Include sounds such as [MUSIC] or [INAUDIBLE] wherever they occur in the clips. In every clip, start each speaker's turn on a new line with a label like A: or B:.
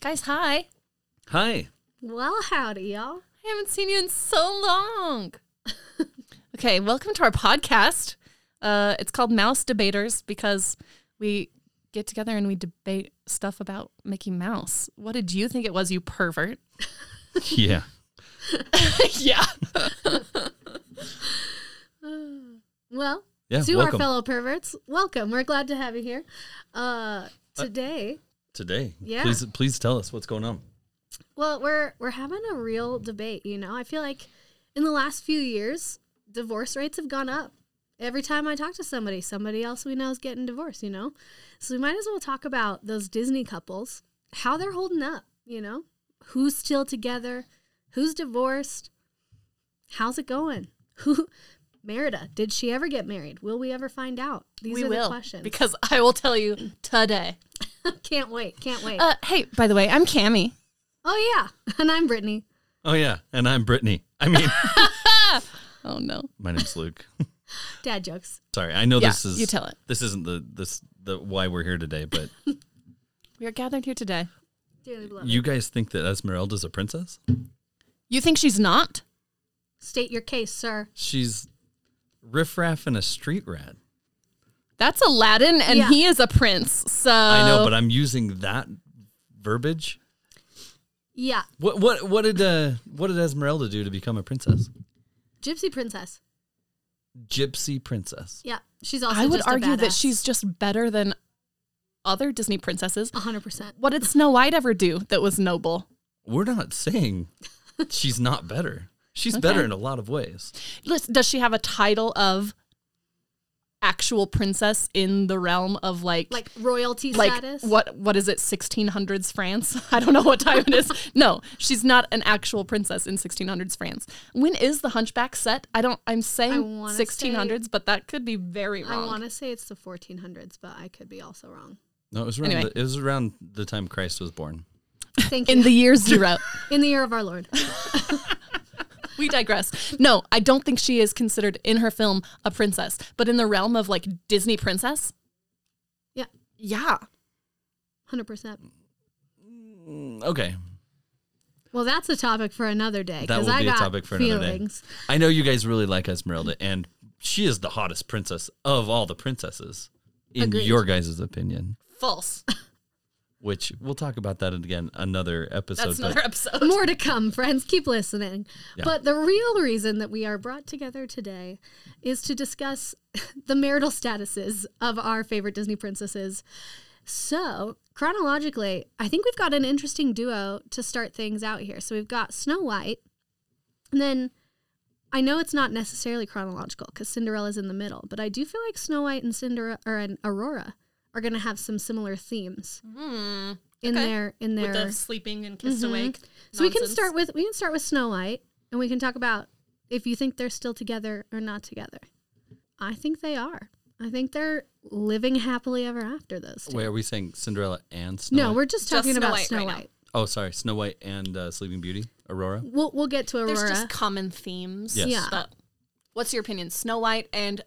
A: Guys, hi.
B: Hi.
C: Well, howdy, y'all.
A: I haven't seen you in so long. [LAUGHS] okay, welcome to our podcast. Uh, it's called Mouse Debaters because we get together and we debate stuff about Mickey Mouse. What did you think it was, you pervert?
B: Yeah.
A: yeah.
C: Well,
B: Yeah,
C: to
B: welcome.
C: our fellow perverts, welcome. We're glad to have you here. Uh, today,
B: Today.
C: Yeah.
B: Please please tell us what's going on.
C: well, we're we're having a real debate. You know, I feel like in the last few years, divorce rates have gone up. Every time I talk to somebody, somebody else we know is getting divorced. You know, so we might as well talk about those Disney couples, how they're holding up. You know, who's still together, who's divorced, how's it going? [LAUGHS] Who, Merida, did she ever get married? Will we ever find out? These
A: we
C: are
A: will.
C: the questions.
A: Because [LAUGHS] I will tell you today.
C: [LAUGHS] can't wait, can't wait.
A: Uh, hey, by the way, I'm Cammy.
C: oh yeah, [LAUGHS] and I'm Brittany.
B: Oh yeah. And I'm Brittany. I mean [LAUGHS]
A: Oh, no.
B: my name's Luke. [LAUGHS]
C: Dad jokes.
B: Sorry. I know
A: Yeah,
B: this is
A: you tell it.
B: This isn't the this the why we're here today, but
A: We are gathered here today.
C: Dearly beloved.
B: you guys think that Esmeralda's a princess?
A: You think she's not?
C: State your case, sir.
B: She's riffraff and a street rat.
A: That's Aladdin, and
C: Yeah.
A: he is a prince. So
B: I know, but I'm using that verbiage.
C: Yeah,
B: What what what did uh what did Esmeralda do to become a princess?
C: Gypsy Princess.
B: Gypsy princess.
C: Yeah, she's also.
A: I would
C: just a
A: argue that
C: badass.
A: she's just better than other Disney princesses.
C: A hundred percent.
A: What did Snow White ever do that was noble?
B: We're not saying she's not better. She's better in a lot of ways.
A: Listen, Does she have a title of actual princess in the realm of like
C: Like royalty
A: like
C: status.
A: what what is it 1600s France? [LAUGHS] I don't know what time it is. No, she's not an actual princess in 1600s France. When is the Hunchback set? I don't. I'm saying
C: wanna
A: 1600s, but that could be very
C: I
A: wrong.
C: want to say it's the 1400s, but I could be
A: [LAUGHS]
C: also wrong.
B: No, it was around
A: Anyway.
B: the, it was around the time Christ was born.
C: Thank you.
A: in the
C: [LAUGHS]
A: year zero.
C: in the year of our Lord.
A: we digress. No, I don't think she is considered in her film a princess, but in the realm of like Disney princess,
C: Yeah,
A: yeah.
C: hundred percent.
B: Okay.
C: Well, that's a topic for another day.
B: That
C: 'cause
B: will
C: I
B: be a
C: got
B: topic for another day.
C: feelings.
B: I know you guys really like Esmeralda and she is the hottest princess of all the princesses in
C: Agreed.
B: your guys' opinion,
A: False.
B: which we'll talk about that again another episode.
A: That's
B: but-
A: another episode.
C: More to come, friends. Keep listening.
B: Yeah.
C: But the real reason that we are brought together today is to discuss [LAUGHS] the marital statuses of our favorite Disney princesses. So, chronologically, I think we've got an interesting duo to start things out here. So, we've got Snow White, and then I know it's not necessarily chronological because Cinderella's in the middle, but I do feel like Snow White and Cinderella or and Aurora are going to have some similar themes in
A: Hmm. okay.
C: their in their
A: [LAUGHS] With the sleeping and kissed awake.
C: Mm-hmm. so we can start with we can start with Snow White, and we can talk about if you think they're still together or not together. I think they are. I think they're living happily ever after. Those two.
B: Wait, are we saying Cinderella and Snow
C: no,
B: White?
C: we're just
A: Just
C: talking
A: Snow
C: about
A: White
C: Snow
A: right now.
C: White.
B: Oh, sorry. Snow White and uh, Sleeping Beauty, Aurora.
C: We'll we'll get to Aurora.
A: There's just common themes.
B: Yes.
C: Yeah.
A: But what's your opinion? Snow White and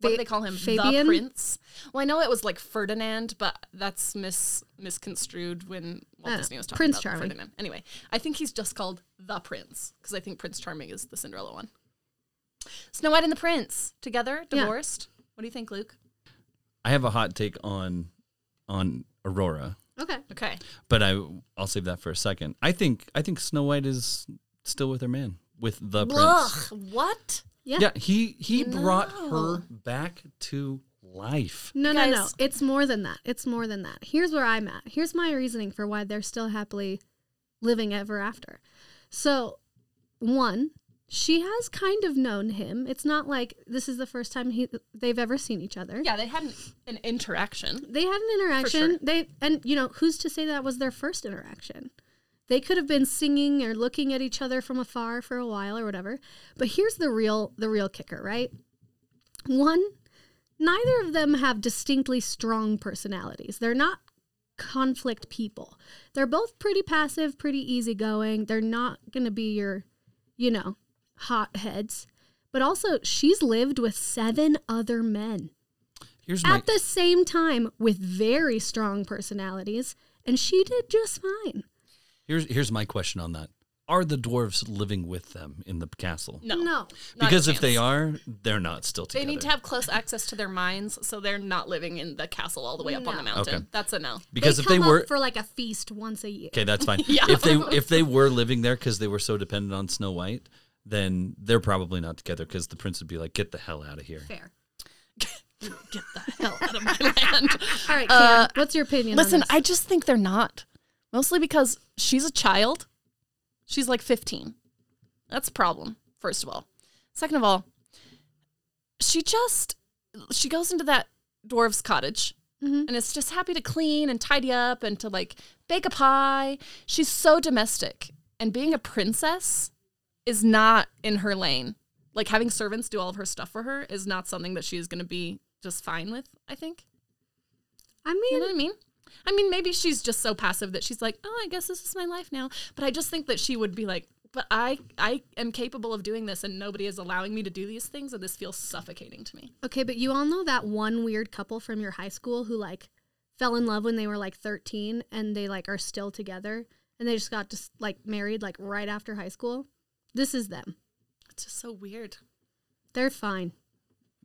A: what do
C: Fa-
A: they call him? The
C: Fabian?
A: Prince. Well, I know it was like Ferdinand, but that's mis misconstrued when Walt
C: Uh,
A: Disney was talking
C: Prince
A: about
C: Charming.
A: Ferdinand. Anyway, I think he's just called the Prince because I think Prince Charming is the Cinderella one. Snow White and the Prince together,
C: Yeah.
A: divorced. What do you think, Luke?
B: I have a hot take on on Aurora,
C: okay.
A: Okay,
B: but I I'll save that for a second. I think I think Snow White is still with her man, with the prince.
A: what?
C: Yeah.
B: Yeah, he he brought
A: No.
B: her back to life.
C: No, no, no.
A: Guys.
C: It's more than that. It's more than that. Here's where I'm at. Here's my reasoning for why they're still happily living ever after. So, one, she has kind of known him. It's not like this is the first time he they've ever seen each other.
A: Yeah, they had an, an interaction.
C: They had an interaction.
A: sure.
C: They and you know, who's to say that was their first interaction? They could have been singing or looking at each other from afar for a while or whatever. But here's the real the real kicker, right? One, neither of them have distinctly strong personalities. They're not conflict people. They're both pretty passive, pretty easygoing. They're not going to be your, you know, hot heads. But also, she's lived with seven other men
B: Here's my
C: at the same time with very strong personalities, and she did just fine.
B: Here's here's my question on that. Are the dwarves living with them in the castle?
A: No.
C: No.
A: Not a
B: because if they
A: chance.
B: are, they're not still
A: They
B: together.
A: need to have close access to their minds, so they're not living in the castle all the way up on the
C: No.
A: mountain.
B: Okay.
A: That's a no.
B: because
C: they
B: if they
C: come up
B: were
C: for like a feast once a year.
B: Okay, that's fine.
A: [LAUGHS] Yeah.
B: If they if they were living there because they were so dependent on Snow White, then they're probably not together because the prince would be like, "Get the hell out of here."
C: Fair.
A: Get the hell out of my [LAUGHS] land.
C: All right,
A: Uh,
C: Kian, what's your opinion? on
A: Listen,
C: this?
A: I just think they're not. Mostly because she's a child. She's like 15. That's a problem, first of all. Second of all, she just she goes into that dwarf's cottage
C: Mhm.
A: and is just happy to clean and tidy up and to like bake a pie. She's so domestic. And being a princess is not in her lane. Like having servants do all of her stuff for her is not something that she's going to be just fine with, I think.
C: I mean,
A: You know what I mean? I mean, maybe she's just so passive that she's like, "Oh, I guess this is my life now." But I just think that she would be like, "But I, I am capable of doing this, and nobody is allowing me to do these things, and this feels suffocating to me."
C: Okay, but you all know that one weird couple from your high school who like fell in love when they were like 13 and they like are still together and they just got just like married like right after high school. This is them.
A: It's just so weird.
C: They're fine.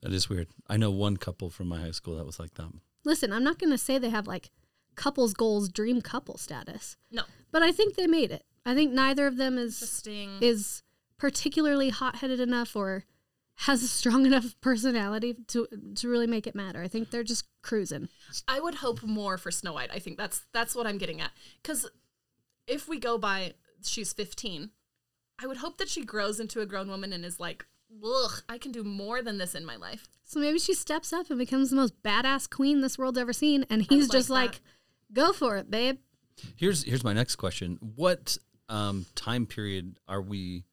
B: That is weird. I know one couple from my high school that was like that.
C: Listen, I'm not going to say they have like couples goals dream couple status,
A: No,
C: but I think they made it. I think neither of them is
A: interesting.
C: is particularly hot-headed enough or has a strong [LAUGHS] enough personality to to really make it matter. I think they're just cruising.
A: I would hope more for Snow White. I think that's that's what I'm getting at. Because if we go by she's 15, I would hope that she grows into a grown woman and is like, "Ugh, I can do more than this in my life."
C: So maybe she steps up and becomes the most badass queen this world's ever seen, and he's
A: like
C: just
A: that.
C: like, "Go for it, babe."
B: Here's here's my next question. What um, time period are we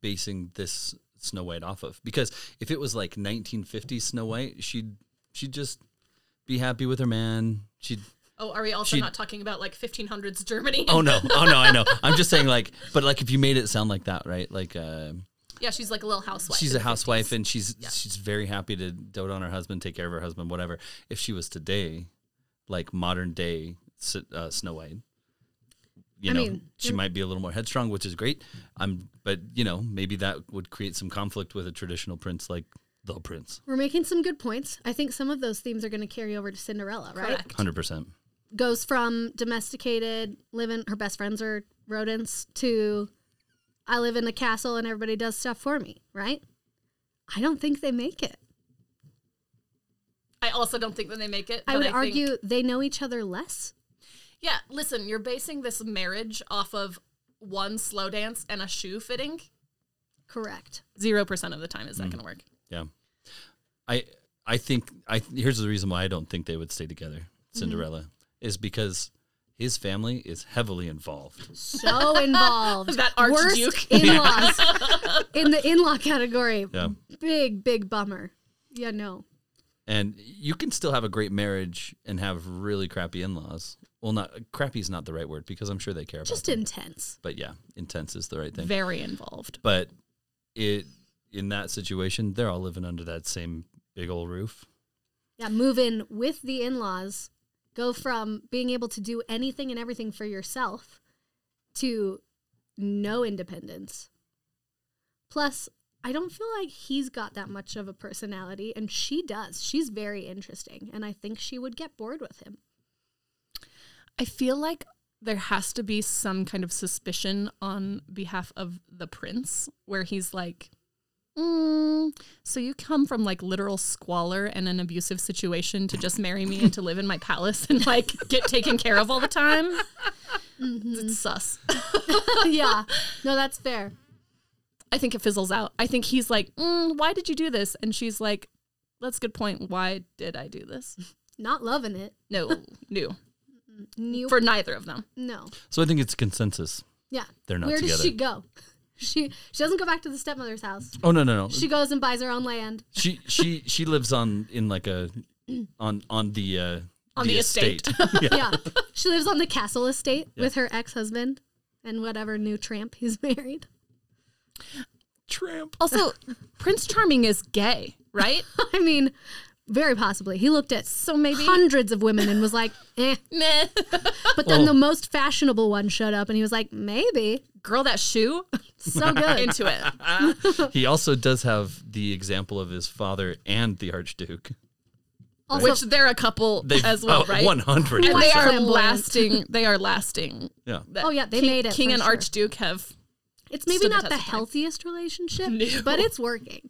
B: basing this Snow White off of? Because if it was like 1950 Snow White, she'd she'd just be happy with her man. She'd
A: Oh, are we also
B: She-
A: not talking about like 1500s Germany?
B: oh no oh no I [LAUGHS] know I'm just saying like but like if you made it sound like that right like. Uh,
A: [LAUGHS] Yeah, she's like a little housewife.
B: she's a housewife and she's she's very happy to dote on her husband, take care of her husband, whatever. If she was today, like modern day S- uh, Snow White, you
C: I
B: know,
C: mean,
B: she might be a little more headstrong, which is great. I'm, but you know, maybe that would create some conflict with a traditional prince like the prince.
C: We're making some good points. I think some of those themes are going to carry over to Cinderella, right?
A: Correct.
B: Hundred percent.
C: Goes from domesticated, living her best friends are rodents, to I live in a castle and everybody does stuff for me, right? I don't think they make it.
A: I also don't think that they make it.
C: I
A: but
C: would
A: think-
C: argue they know each other less.
A: Yeah, listen, you're basing this marriage off of one slow dance and a shoe fitting.
C: Correct.
A: Zero percent of the time is that going to work.
B: Yeah, I I think I here's the reason why I don't think they would stay together.
C: Mm-hmm.
B: Cinderella is because his family is heavily involved.
A: [LAUGHS]
C: So involved.
A: That
C: Worst
A: archduke.
C: in-laws in the in-law category.
B: Yeah.
C: Big, big bummer. Yeah, no.
B: And you can still have a great marriage and have really crappy in laws. Well, not crappy is not the right word because I'm sure they care about
C: Just
B: them.
C: intense.
B: But yeah, intense is the right thing.
A: Very involved.
B: But it in that situation, they're all living under that same big old roof.
C: Yeah, move in with the in-laws. Go from being able to do anything and everything for yourself to no independence. Plus, I don't feel like he's got that much of a personality, and she does. She's very interesting, and I think she would get bored with him. [LAUGHS]
A: I feel like there has to be some kind of suspicion on behalf of the prince where he's like, mm, So you come from like literal squalor and an abusive situation to just marry me and to live in my palace and like get taken care of all the [LAUGHS] time? It's sus.
C: yeah, no, that's fair.
A: I think it fizzles out. I think he's like, mm, Why did you do this? And she's like, That's a good point. Why did I do this?
C: Not loving it.
A: No,
C: [LAUGHS]
A: no.
C: New
A: For neither of them.
C: no.
B: So I think it's consensus.
C: Yeah.
B: They're not
C: Where does
B: together.
C: she go? [LAUGHS] She she doesn't go back to the stepmother's house.
B: Oh no no no.
C: She
B: She
C: goes and buys her own land.
B: she she, lives on in
A: [CLEARS THROAT]
B: like a on on the uh
A: On the estate.
B: [LAUGHS] yeah.
C: Yeah. she lives on the castle estate with her ex-husband and whatever new tramp he's [LAUGHS] married.
B: Tramp.
A: [LAUGHS]
C: [LAUGHS]
A: Also, Prince Charming is gay, right?
C: I mean, Very possibly. He looked at
A: So maybe.
C: hundreds of women and was like, eh.
A: Meh.
C: But then
B: Well-
C: the most fashionable one showed up and he was like, maybe.
A: Girl, that shoe.
C: So
A: [LAUGHS]
C: good.
A: Into it.
B: he also does have the example of his father and the Archduke.
C: also,
A: Which they're a couple as well,
B: oh,
A: right?
B: 100.
A: And they are
C: Flamboyant.
A: lasting. They are lasting.
B: Yeah.
C: Oh, yeah, they
A: King,
C: made it
A: King
C: for
A: and
C: sure.
A: Archduke have.
C: it's maybe
A: stood the
C: not
A: test
C: the
A: of time.
C: healthiest
A: [LAUGHS]
C: relationship,
A: No.
C: but it's working.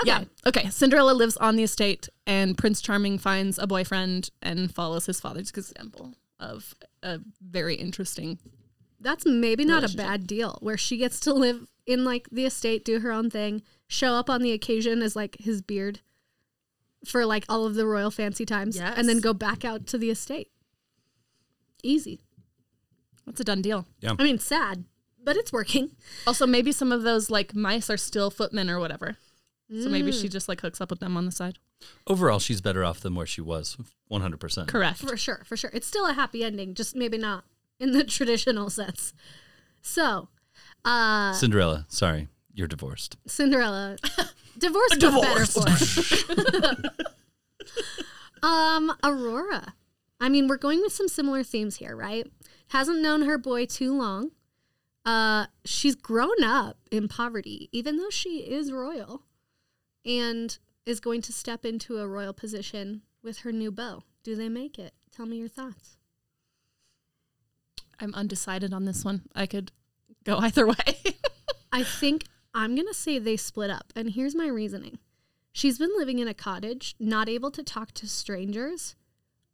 C: Okay.
A: Yeah. Okay. Cinderella lives on the estate, and Prince Charming finds a boyfriend and follows his father's example of a very interesting.
C: That's maybe not a bad deal where she gets to live in like the estate, do her own thing, show up on the occasion as like his beard for like all of the royal fancy times, and then
A: Yes.
C: go back out to the estate. Easy.
A: That's a done deal.
C: I mean, sad, but it's working. [LAUGHS]
A: Also, maybe some of those like mice are still footmen or whatever. So maybe she just like hooks up with them on the side.
B: Overall, she's better off than where she was. 100%.
A: Correct.
C: For sure, for sure. It's still a happy ending, just maybe not in the [LAUGHS] traditional sense. So, uh
B: Cinderella, sorry, you're divorced.
C: Cinderella divorce, but better for it. [LAUGHS] um Aurora. I mean, we're going with some similar themes here, right? Hasn't known her boy too long. Uh she's grown up in poverty even though she is royal and is going to step into a royal position with her new beau. Do they make it? Tell me your thoughts.
A: I'm undecided on this one. I could go [LAUGHS] either way.
C: I think I'm going to say they split up. And here's my reasoning she's been living in a cottage, not able to talk to strangers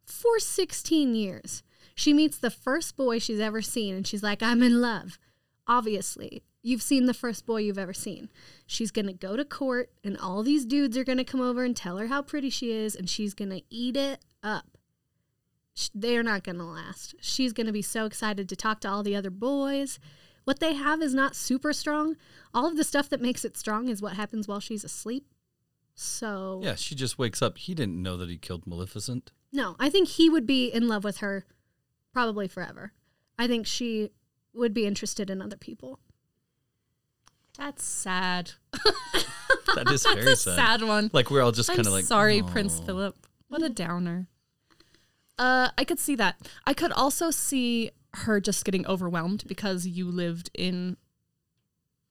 C: for 16 years. She meets the first boy she's ever seen and she's like, I'm in love. Obviously, you've seen the first boy you've ever seen. She's going to go to court and all these dudes are going to come over and tell her how pretty she is and she's going to eat it up sh- they're not going to last. She's going to be so excited to talk to all the other boys. What they have is not super strong. All of the stuff that makes it strong is what happens while she's asleep.
A: Oh.
C: So,
B: Yeah, she just wakes up. He didn't know that he killed
A: [LAUGHS]
B: Maleficent.
C: no, I think he would be in love with her probably forever. I think she would be interested in other people.
A: That's sad.
B: That is very
A: That's a
B: sad.
A: sad one.
B: Like, we're all just
A: I'm
B: kind of like,
A: sorry,
B: "Aw."
A: Prince Philip. What a downer. Uh, I could see that. I could also see her just getting overwhelmed because you lived in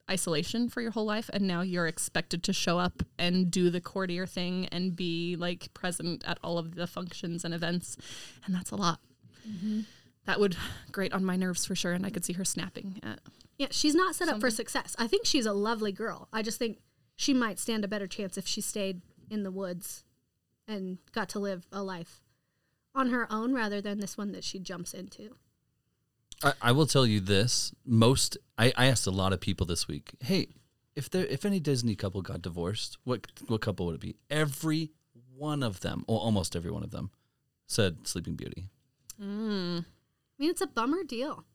A: isolation for your whole life and now you're expected to show up and do the courtier thing and be like present at all of the functions and events and that's a lot
B: Mm-hmm.
A: that would grate on my nerves for sure and i could see her snapping at
C: Yeah, she's not set up for success. I think she's a lovely girl. I just think she might stand a better chance if she stayed in the woods and got to live a life on her own rather than this one that she jumps into.
B: I, I will tell you this. Most, I, I asked a lot of people this week, hey, if there, if any Disney couple got divorced, what what couple would it be? Every one of them, or almost every one of them, said Sleeping Beauty.
C: I mean, it's a bummer deal.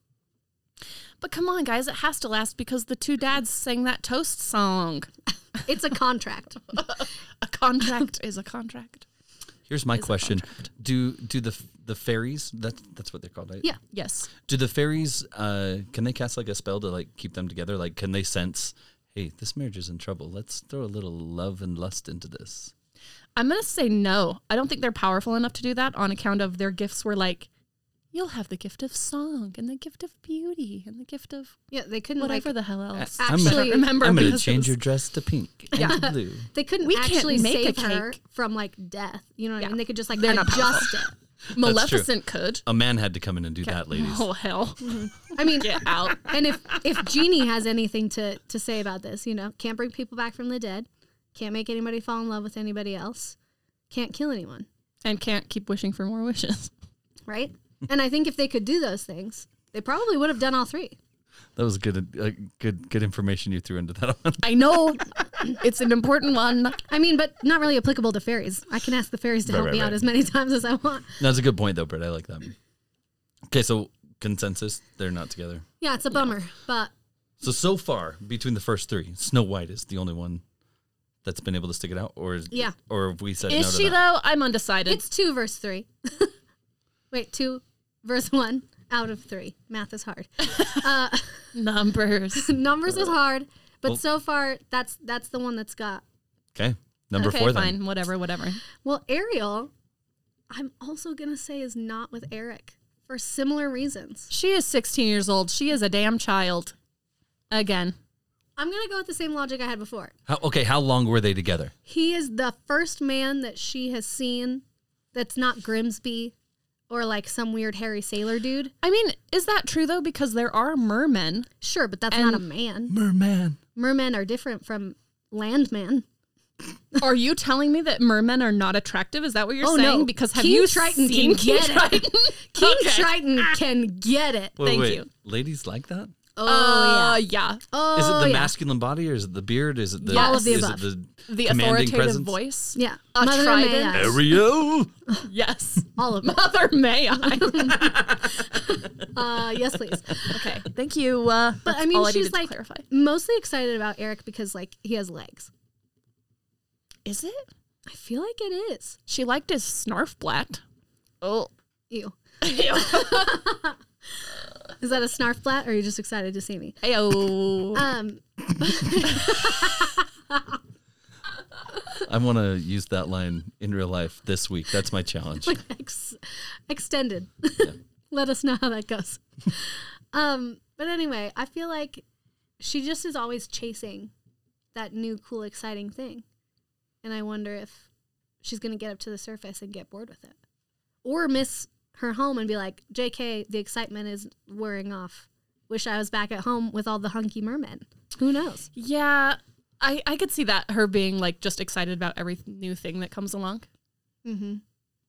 A: but come on guys it has to last because the two dads sang that toast song [LAUGHS]
C: It's a contract.
A: a
B: [LAUGHS]
A: contract is a contract
B: Here's my
A: a
B: question: Do do the the fairies? That's that's what they're called, right?
C: yeah.
A: Yes.
B: Do the fairies? Uh, can they cast like a spell to like keep them together? Like, can they sense? Hey, this marriage is in trouble. Let's throw a little love and lust into this.
A: I'm going to say no. I don't think they're powerful enough to do that on account of their gifts were like, you'll have the gift of song and the gift of beauty and the gift of
C: Yeah, they couldn't
A: whatever
C: like,
A: the hell else.
B: I'm
C: actually-
A: I don't remember.
B: I'm gonna
A: because it
B: change
A: was-
B: your dress to pink and
A: [LAUGHS]
B: blue.
C: they couldn't
A: We can't
C: actually
A: make a
C: save her
A: cake.
C: from like death. You know what
A: Yeah.
C: I mean? They could just like
A: They're not
C: adjust it.
A: Maleficent could.
B: A man had to come in and do that, ladies.
A: Oh, hell.
C: I
A: [LAUGHS]
C: mean,
A: Get out.
C: and if if Jeannie has anything to to say about this, you know, can't bring people back from the dead, can't make anybody fall in love with anybody else, can't kill anyone,
A: And can't keep wishing for more wishes.
C: right? and I think if they could do those things, they probably would have done all three.
B: That was good, uh, good, good information you threw into that one.
A: [LAUGHS]
B: [LAUGHS]
A: I know it's an important one.
C: I mean, but not really applicable to fairies. I can ask the fairies to
B: Right,
C: help
B: right,
C: me out
B: right.
C: as many [LAUGHS] times as I want.
B: That's a good point, though, Britt. I like that. Okay, so consensus: they're not together.
C: Yeah, it's a bummer, but
B: So so far between the first three, Snow White is the only one that's been able to stick it out, or is,
C: Yeah.
B: or have we said no
A: Is
B: to
A: she,
B: that?
A: though? I'm undecided.
C: it's two verse three. [LAUGHS] Wait, two verse one out of three. Math is hard. [LAUGHS]
A: Numbers.
C: Numbers is hard, but
B: Uh, Well-
C: so far that's that's the one that's got
B: Okay. Number
A: okay,
B: four,
A: fine,
B: then.
A: whatever, whatever.
C: Well, Ariel, I'm also going to say is not with Eric for similar reasons.
A: She is 16 years old. She is a damn child. Again,
C: I'm going to go with the same logic I had before.
B: How, okay, how long were they together?
C: He is the first man that she has seen that's not Grimsby or like some weird hairy sailor dude.
A: I mean, is that true though? Because there are mermen.
C: Sure, but that's not a
A: And-
C: man.
B: Merman.
C: Mermen are different from landmen.
A: Are you telling me that mermen are not attractive? Is that what you're
C: Oh,
A: saying?
C: no.
A: Because have
C: King
A: you
C: Triton
A: seen
C: can
A: King
C: get it.
A: [LAUGHS] Triton?
C: King
A: Okay. Ah.
C: Triton can get it.
B: Wait,
A: Thank
B: wait,
A: you.
B: Ladies like that?
C: Oh
A: Uh,
C: yeah.
A: yeah.
C: Oh
B: Is it the
C: yeah.
B: masculine body or is it the beard? Is it the
A: All of the
B: is
C: above.
B: it the,
A: The
B: commanding
A: authoritative
B: presence?
A: voice.
C: Yeah.
A: A
C: Mother
A: trident?
C: May I.
B: Ariel.
A: [LAUGHS] Yes.
C: All of them.
A: Mother may I.
C: Uh, yes, please.
A: [LAUGHS] okay. Thank you. Uh,
C: But
A: that's
C: I mean,
A: all
C: she's
A: needed to
C: like
A: clarify.
C: mostly excited about Eric because like he has legs.
A: Is it?
C: I feel like it is.
A: She liked his snarf blat. Oh. [LAUGHS]
C: Ew.
A: Ayo.
C: Is that a snarf flat or are you just excited to see me?
A: Uh,
C: Um,
B: I want to use that line in real life this week. That's my challenge.
C: ex- extended. [LAUGHS] Let us know how that goes. [LAUGHS] um, but anyway, I feel like she just is always chasing that new, cool, exciting thing. And I wonder if she's going to get up to the surface and get bored with it or miss her home and be like, JK, the excitement is wearing off. Wish I was back at home with all the hunky mermen. Who knows?
A: Yeah, I I could see that her being like just excited about every new thing that comes along.
C: Mm-hmm.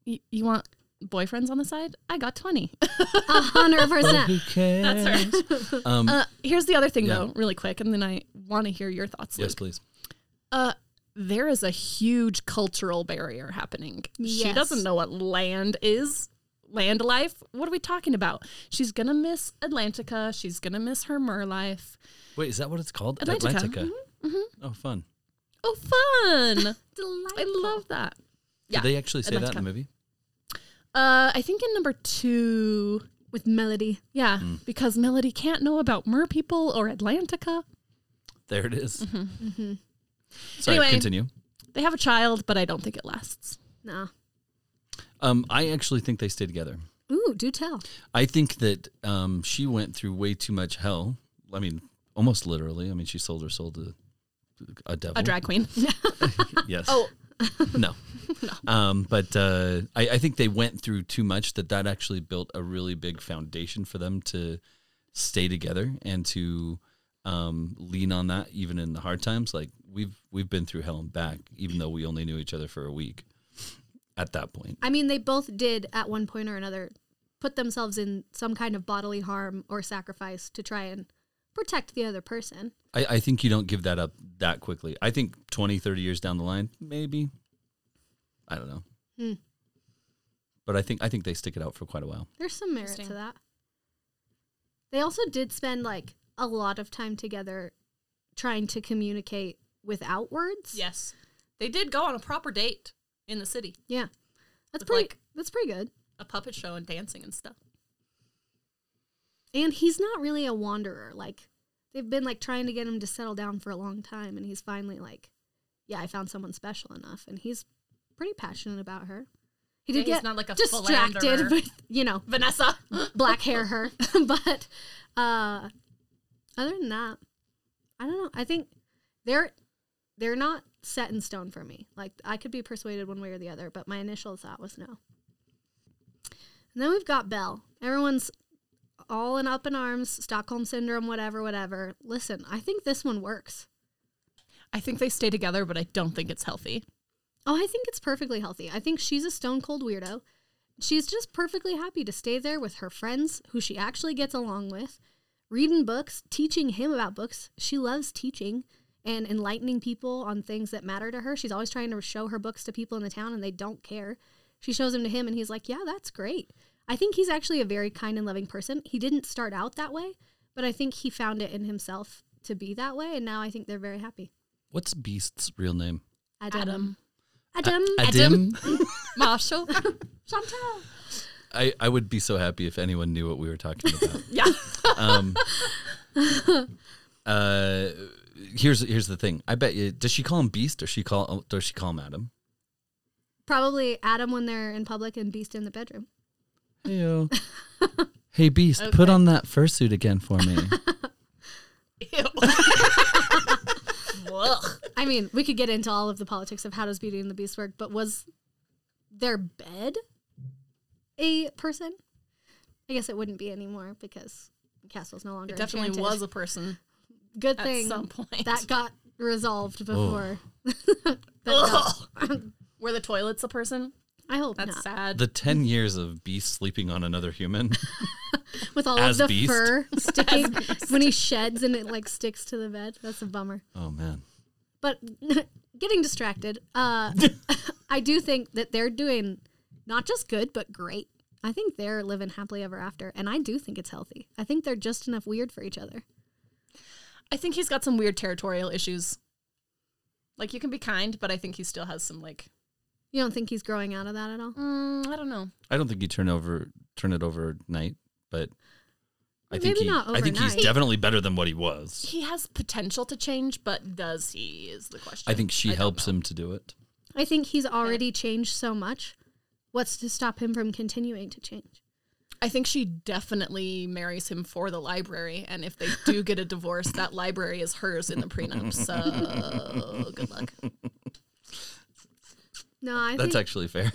A: Y- you want boyfriends on the side? I got twenty.
C: A
B: But
C: hundred percent.
B: who cares? [LAUGHS]
C: [LAUGHS]
B: Um,
A: Uh, here's the other thing
B: Yeah.
A: though, really quick, and then I want to hear your thoughts.
B: yes,
A: Yes.
B: please.
A: Uh, there is a huge cultural barrier happening. She
C: Yes.
A: doesn't know what land is. Land life? What are we talking about? She's gonna miss Atlantica. She's gonna miss her mer life.
B: Wait, is that what it's called?
A: Atlantica. Mm-hmm,
B: Oh, fun.
A: Oh, fun! I
C: Delightful.
A: love that. Yeah.
B: Did they actually say that in
A: Atlantica.
B: the movie?
A: Uh, I think in number two,
C: with melody.
A: Yeah,
B: Hmm.
A: because Melody can't know about mer people or Atlantica.
B: There it is. Sorry,
A: Mm-hmm, Anyway.
B: continue.
A: They have a child, but I don't think it lasts.
C: Nah.
B: Um, I actually think they stay together.
C: Ooh, do tell.
B: I think that um, she went through way too much hell. I mean, almost literally. I mean, she sold her soul to a devil.
A: A drag queen.
B: Yes.
A: Oh.
B: [LAUGHS] no. Um, but uh, I, I think they went through too much that that actually built a really big foundation for them to stay together and to um, lean on that even in the hard times. Like we've we've been through hell and back, even though we only knew each other for a week at that point.
C: I mean, they both did at one point or another put themselves in some kind of bodily harm or sacrifice to try and protect the other person.
B: I, I think you don't give that up that quickly. I think 20, 30 years down the line, maybe. I don't know.
C: Hmm.
B: But I think I think they stick it out for quite a while.
C: There's some merit to
A: Interesting.
C: that. They also did spend like a lot of time together trying to communicate without words.
A: yes. They did go on a proper date in the city,
C: Yeah. That's
A: With,
C: pretty
A: like-
C: that's pretty good.
A: a puppet show and dancing and stuff.
C: And he's not really a wanderer. Like they've been like trying to get him to settle down for a long time and he's finally like, Yeah, I found someone special enough and he's pretty passionate about her. He did
A: Yeah, he's
C: get
A: not like a philanderer.
C: distracted [LAUGHS] with you know,
A: Vanessa.
C: black hair her. [LAUGHS] but uh other than that, I don't know. I think they're they're not set in stone for me. Like I could be persuaded one way or the other, but my initial thought was no. And then we've got Belle. Everyone's all in up in arms, Stockholm syndrome, whatever, whatever. Listen, I think this one works.
A: I think they stay together, but I don't think it's healthy.
C: Oh, I think it's perfectly healthy. I think she's a stone cold weirdo. She's just perfectly happy to stay there with her friends who she actually gets along with, reading books, teaching him about books. She loves teaching and enlightening people on things that matter to her. She's always trying to show her books to people in the town and they don't care. She shows them to him and he's like, Yeah, that's great. I think he's actually a very kind and loving person. He didn't start out that way, but I think he found it in himself to be that way. And now I think they're very happy.
B: What's Beast's real name?
C: Adam. Adam.
A: Adam. [LAUGHS] Marshall.
C: Chantal.
B: I, I would be so happy if anyone
C: [LAUGHS]
B: knew what we were talking about.
A: yeah.
B: um, uh, here's here's the thing. I bet you. Does she call him Beast? Does she call? Does she call him Adam?
C: Probably Adam when they're in public and Beast in the bedroom.
B: Ew.
C: [LAUGHS]
B: hey Beast, put on that fursuit again for me.
A: [LAUGHS] Ew. Ugh.
C: I mean, we could get into all of the politics of how does Beauty and the Beast work, but was their bed a person? I guess it wouldn't be anymore because the castle's no longer.
A: It definitely
C: enchanted.
A: was a person
C: good
A: at
C: thing
A: some point.
C: that got resolved before. [LAUGHS] But no,
A: Ugh. [LAUGHS] Were the toilets a person?
C: I hope
A: That's
C: not.
A: sad.
B: [LAUGHS] the ten years of Beast sleeping on another human.
C: With all
B: As
C: of the
A: [LAUGHS]
B: Beast.
C: fur sticking when he sheds and it like sticks to the bed. That's a bummer.
B: Oh man.
C: But [LAUGHS] getting distracted, uh, [LAUGHS] I do think that they're doing not just good, but great. I think they're living happily ever after. And I do think it's healthy. I think they're just enough weird for each other.
A: I think he's got some weird territorial issues. Like you can be kind, but I think he still has some like
C: You don't think he's growing out of that at all?
A: mm, I don't know.
B: I don't think you turn over turn it overnight, but I think
C: Maybe
B: he,
C: not
B: I think he's
C: overnight.
B: definitely better than what he was.
A: He has potential to change, but does he is the question.
B: I think she
A: don't
B: helps
A: know.
B: him to do it.
C: I think he's already changed so much. What's to stop him from continuing to change?
A: I think she definitely marries him for the library, and if they do get a divorce, that library is hers in the prenup. So good luck.
C: No, I
B: That's
C: think
B: actually
C: [LAUGHS]
B: fair.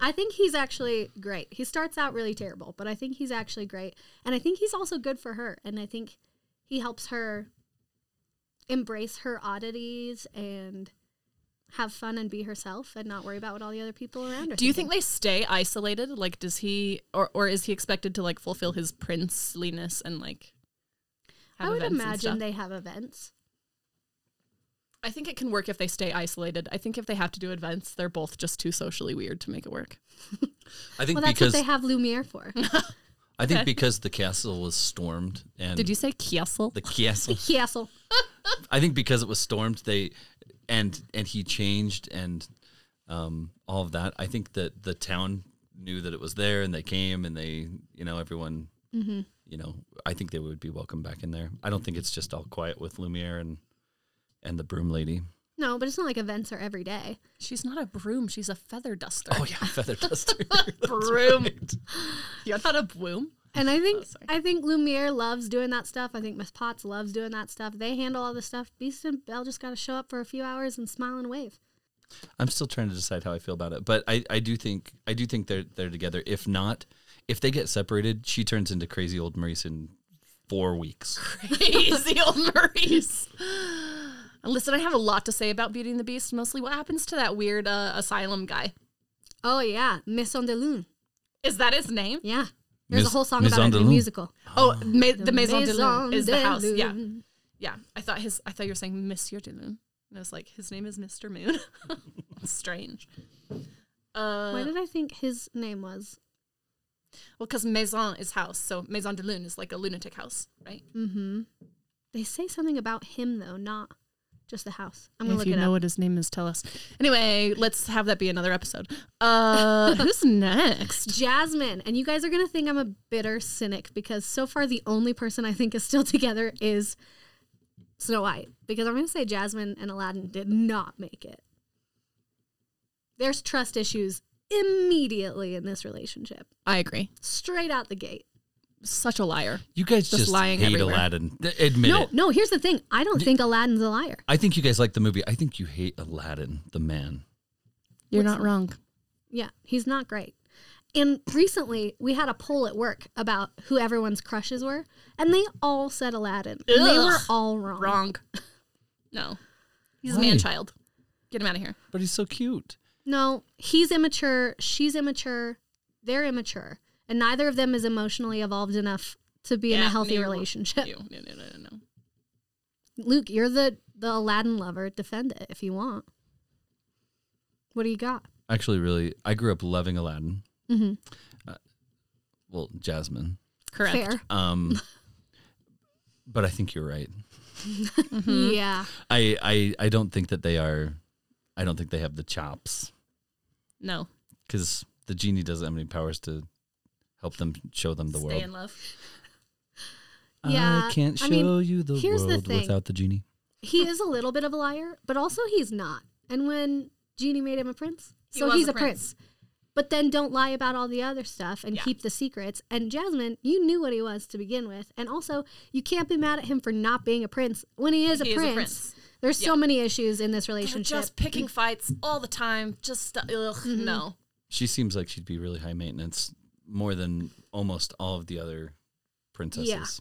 C: I think he's actually great. He starts out really terrible, but I think he's actually great. And I think he's also good for her. And I think he helps her embrace her oddities and have fun and be herself and not worry about what all the other people around her
A: Do you think they stay isolated? Like, does he or or is he expected to like fulfill his princeliness and like? Have
C: I would
A: events and stuff?
C: imagine they have events.
A: I think it can work if they stay isolated. I think if they have to do events, they're both just too socially weird to make it work.
B: I think
C: Well, that's
B: because
C: what they have Lumiere for. [LAUGHS]
B: I think because the castle was stormed and
A: Did you say Kiesel?
B: the castle
C: Kiesel.
B: I think because it was stormed, they and and he changed and um, all of that. I think that the town knew that it was there, and they came, and they you know everyone. You know, I think they would be welcome back in there. I don't think it's just all quiet with Lumiere and and the broom lady.
C: No, but it's not like events are every day.
A: She's not a broom. She's a feather duster.
B: Oh yeah, [LAUGHS] feather duster.
A: [LAUGHS] broom. You're not a broom.
C: And I think
A: Oh, sorry.
C: I think Lumiere loves doing that stuff. I think Miss Potts loves doing that stuff. They handle all this stuff. Beast and Belle just got to show up for a few hours and smile and wave.
B: I'm still trying to decide how I feel about it, but I, I do think I do think they're they're together. If not, if they get separated, she turns into crazy old Maurice in four weeks.
A: [LAUGHS] Easy old Maurice. [LAUGHS] Listen, I have a lot to say about Beauty and the Beast. Mostly, what happens to that weird uh, asylum guy?
C: Oh yeah, Maison de Lune.
A: Is that his name?
C: Yeah, there's
B: Miss-
C: a whole song
B: Maison
C: about it
B: de
C: in
B: Lune.
C: the musical.
A: Oh, ma- the Maison de Lune
C: Maison
A: is the
C: de
A: house. Yeah,
C: Lune.
A: yeah. I thought his. I thought you were saying Monsieur de Lune, and I was like, his name is Mister Moon. [LAUGHS] Strange. Uh,
C: Why did I think his name was?
A: Well, because maison is house, so maison de lune is like a lunatic house, right?
C: Mm-hmm. They say something about him though, not just the house. I'm gonna look it up.
A: what his name is, tell us. Anyway, let's have that be another episode.
C: [LAUGHS]
A: Uh, who's next?
C: Jasmine, and you guys are gonna think I'm a bitter cynic because so far the only person I think is still [LAUGHS] together is Snow White. Because I'm gonna say Jasmine and Aladdin did not make it. There's trust issues immediately in this relationship,
A: I agree.
C: straight out the gate.
A: Such a liar.
B: You guys just,
A: Just lying
B: hate
A: everywhere.
B: Aladdin. Th- Admit
C: No,
B: it.
C: no, here's the thing. I don't think Aladdin's a liar.
B: I think you guys like the movie. I think you hate Aladdin, the man.
A: You're
C: What's
A: not wrong.
C: Yeah, he's not great. And recently, we had a poll at work about who everyone's crushes were, and they all said Aladdin. And they were
A: Ugh.
C: all wrong.
A: Wrong. No, he's a
B: Why?
A: man child. Get him out of here.
B: But he's so cute.
C: No, he's immature, she's immature, they're immature, and neither of them is emotionally evolved enough to be in a
A: Yeah,
C: healthy
A: no,
C: relationship.
A: You. No, no, no, no, no.
C: Luke, you're the the Aladdin lover. Defend it if you want. What do you got?
B: Actually, really, I grew up loving Aladdin. Uh,
C: Mm-hmm.
B: Well, Jasmine.
A: Correct.
C: Fair.
B: Um,
C: [LAUGHS]
B: but I think you're right.
A: Mhm.
C: Yeah.
B: I, I I don't think that they are. I don't think they have the chops
A: No.
B: because the genie doesn't have any powers to help them show them the
A: Stay
B: world.
A: in love.
C: Yeah,
B: I can't show
C: I mean,
B: you the
C: here's the
B: world
C: thing.
B: without the genie.
C: He is a little bit of a liar, but also he's not. And when Genie made him a prince,
A: He
C: so
A: was
C: he's
A: a
C: a prince. But then don't lie about all the other stuff and
A: Yeah.
C: keep the secrets. And Jasmine, you knew what he was to begin with. And also, you can't be mad at him for not being a prince when he is,
A: He
C: a,
A: is a
C: prince.
A: prince.
C: There's so many issues in this
A: They're
C: relationship. Mm-hmm.
A: just picking fights all the time. Just stu- ugh, no.
B: She seems like she'd be really high maintenance, more than almost all of the other princesses.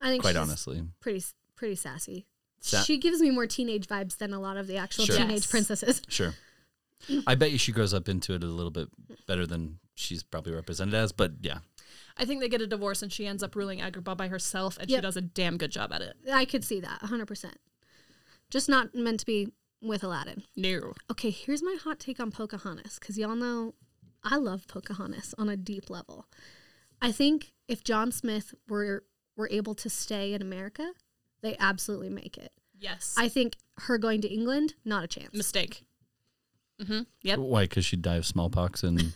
C: I think
B: Quite
C: she's
B: honestly,
C: pretty s- pretty sassy.
B: Sa-
C: she gives me more teenage vibes than a lot of the actual
B: Sure.
C: teenage
A: Yes.
C: princesses.
B: sure. I bet you she grows up into it a little bit better than she's probably represented as. But yeah,
A: I think they get a divorce and she ends up ruling Agrabah by herself, and she
C: Yep.
A: does a damn good job at it.
C: I could see that 100%. Just not meant to be with Aladdin.
A: No.
C: Okay, here's my hot take on Pocahontas because y'all know I love Pocahontas on a deep level. I think if John Smith were were able to stay in America, they absolutely make it.
A: Yes.
C: I think her going to England, not a chance.
A: Mistake. Mm-hmm. Yep.
B: why? Because she'd die of smallpox and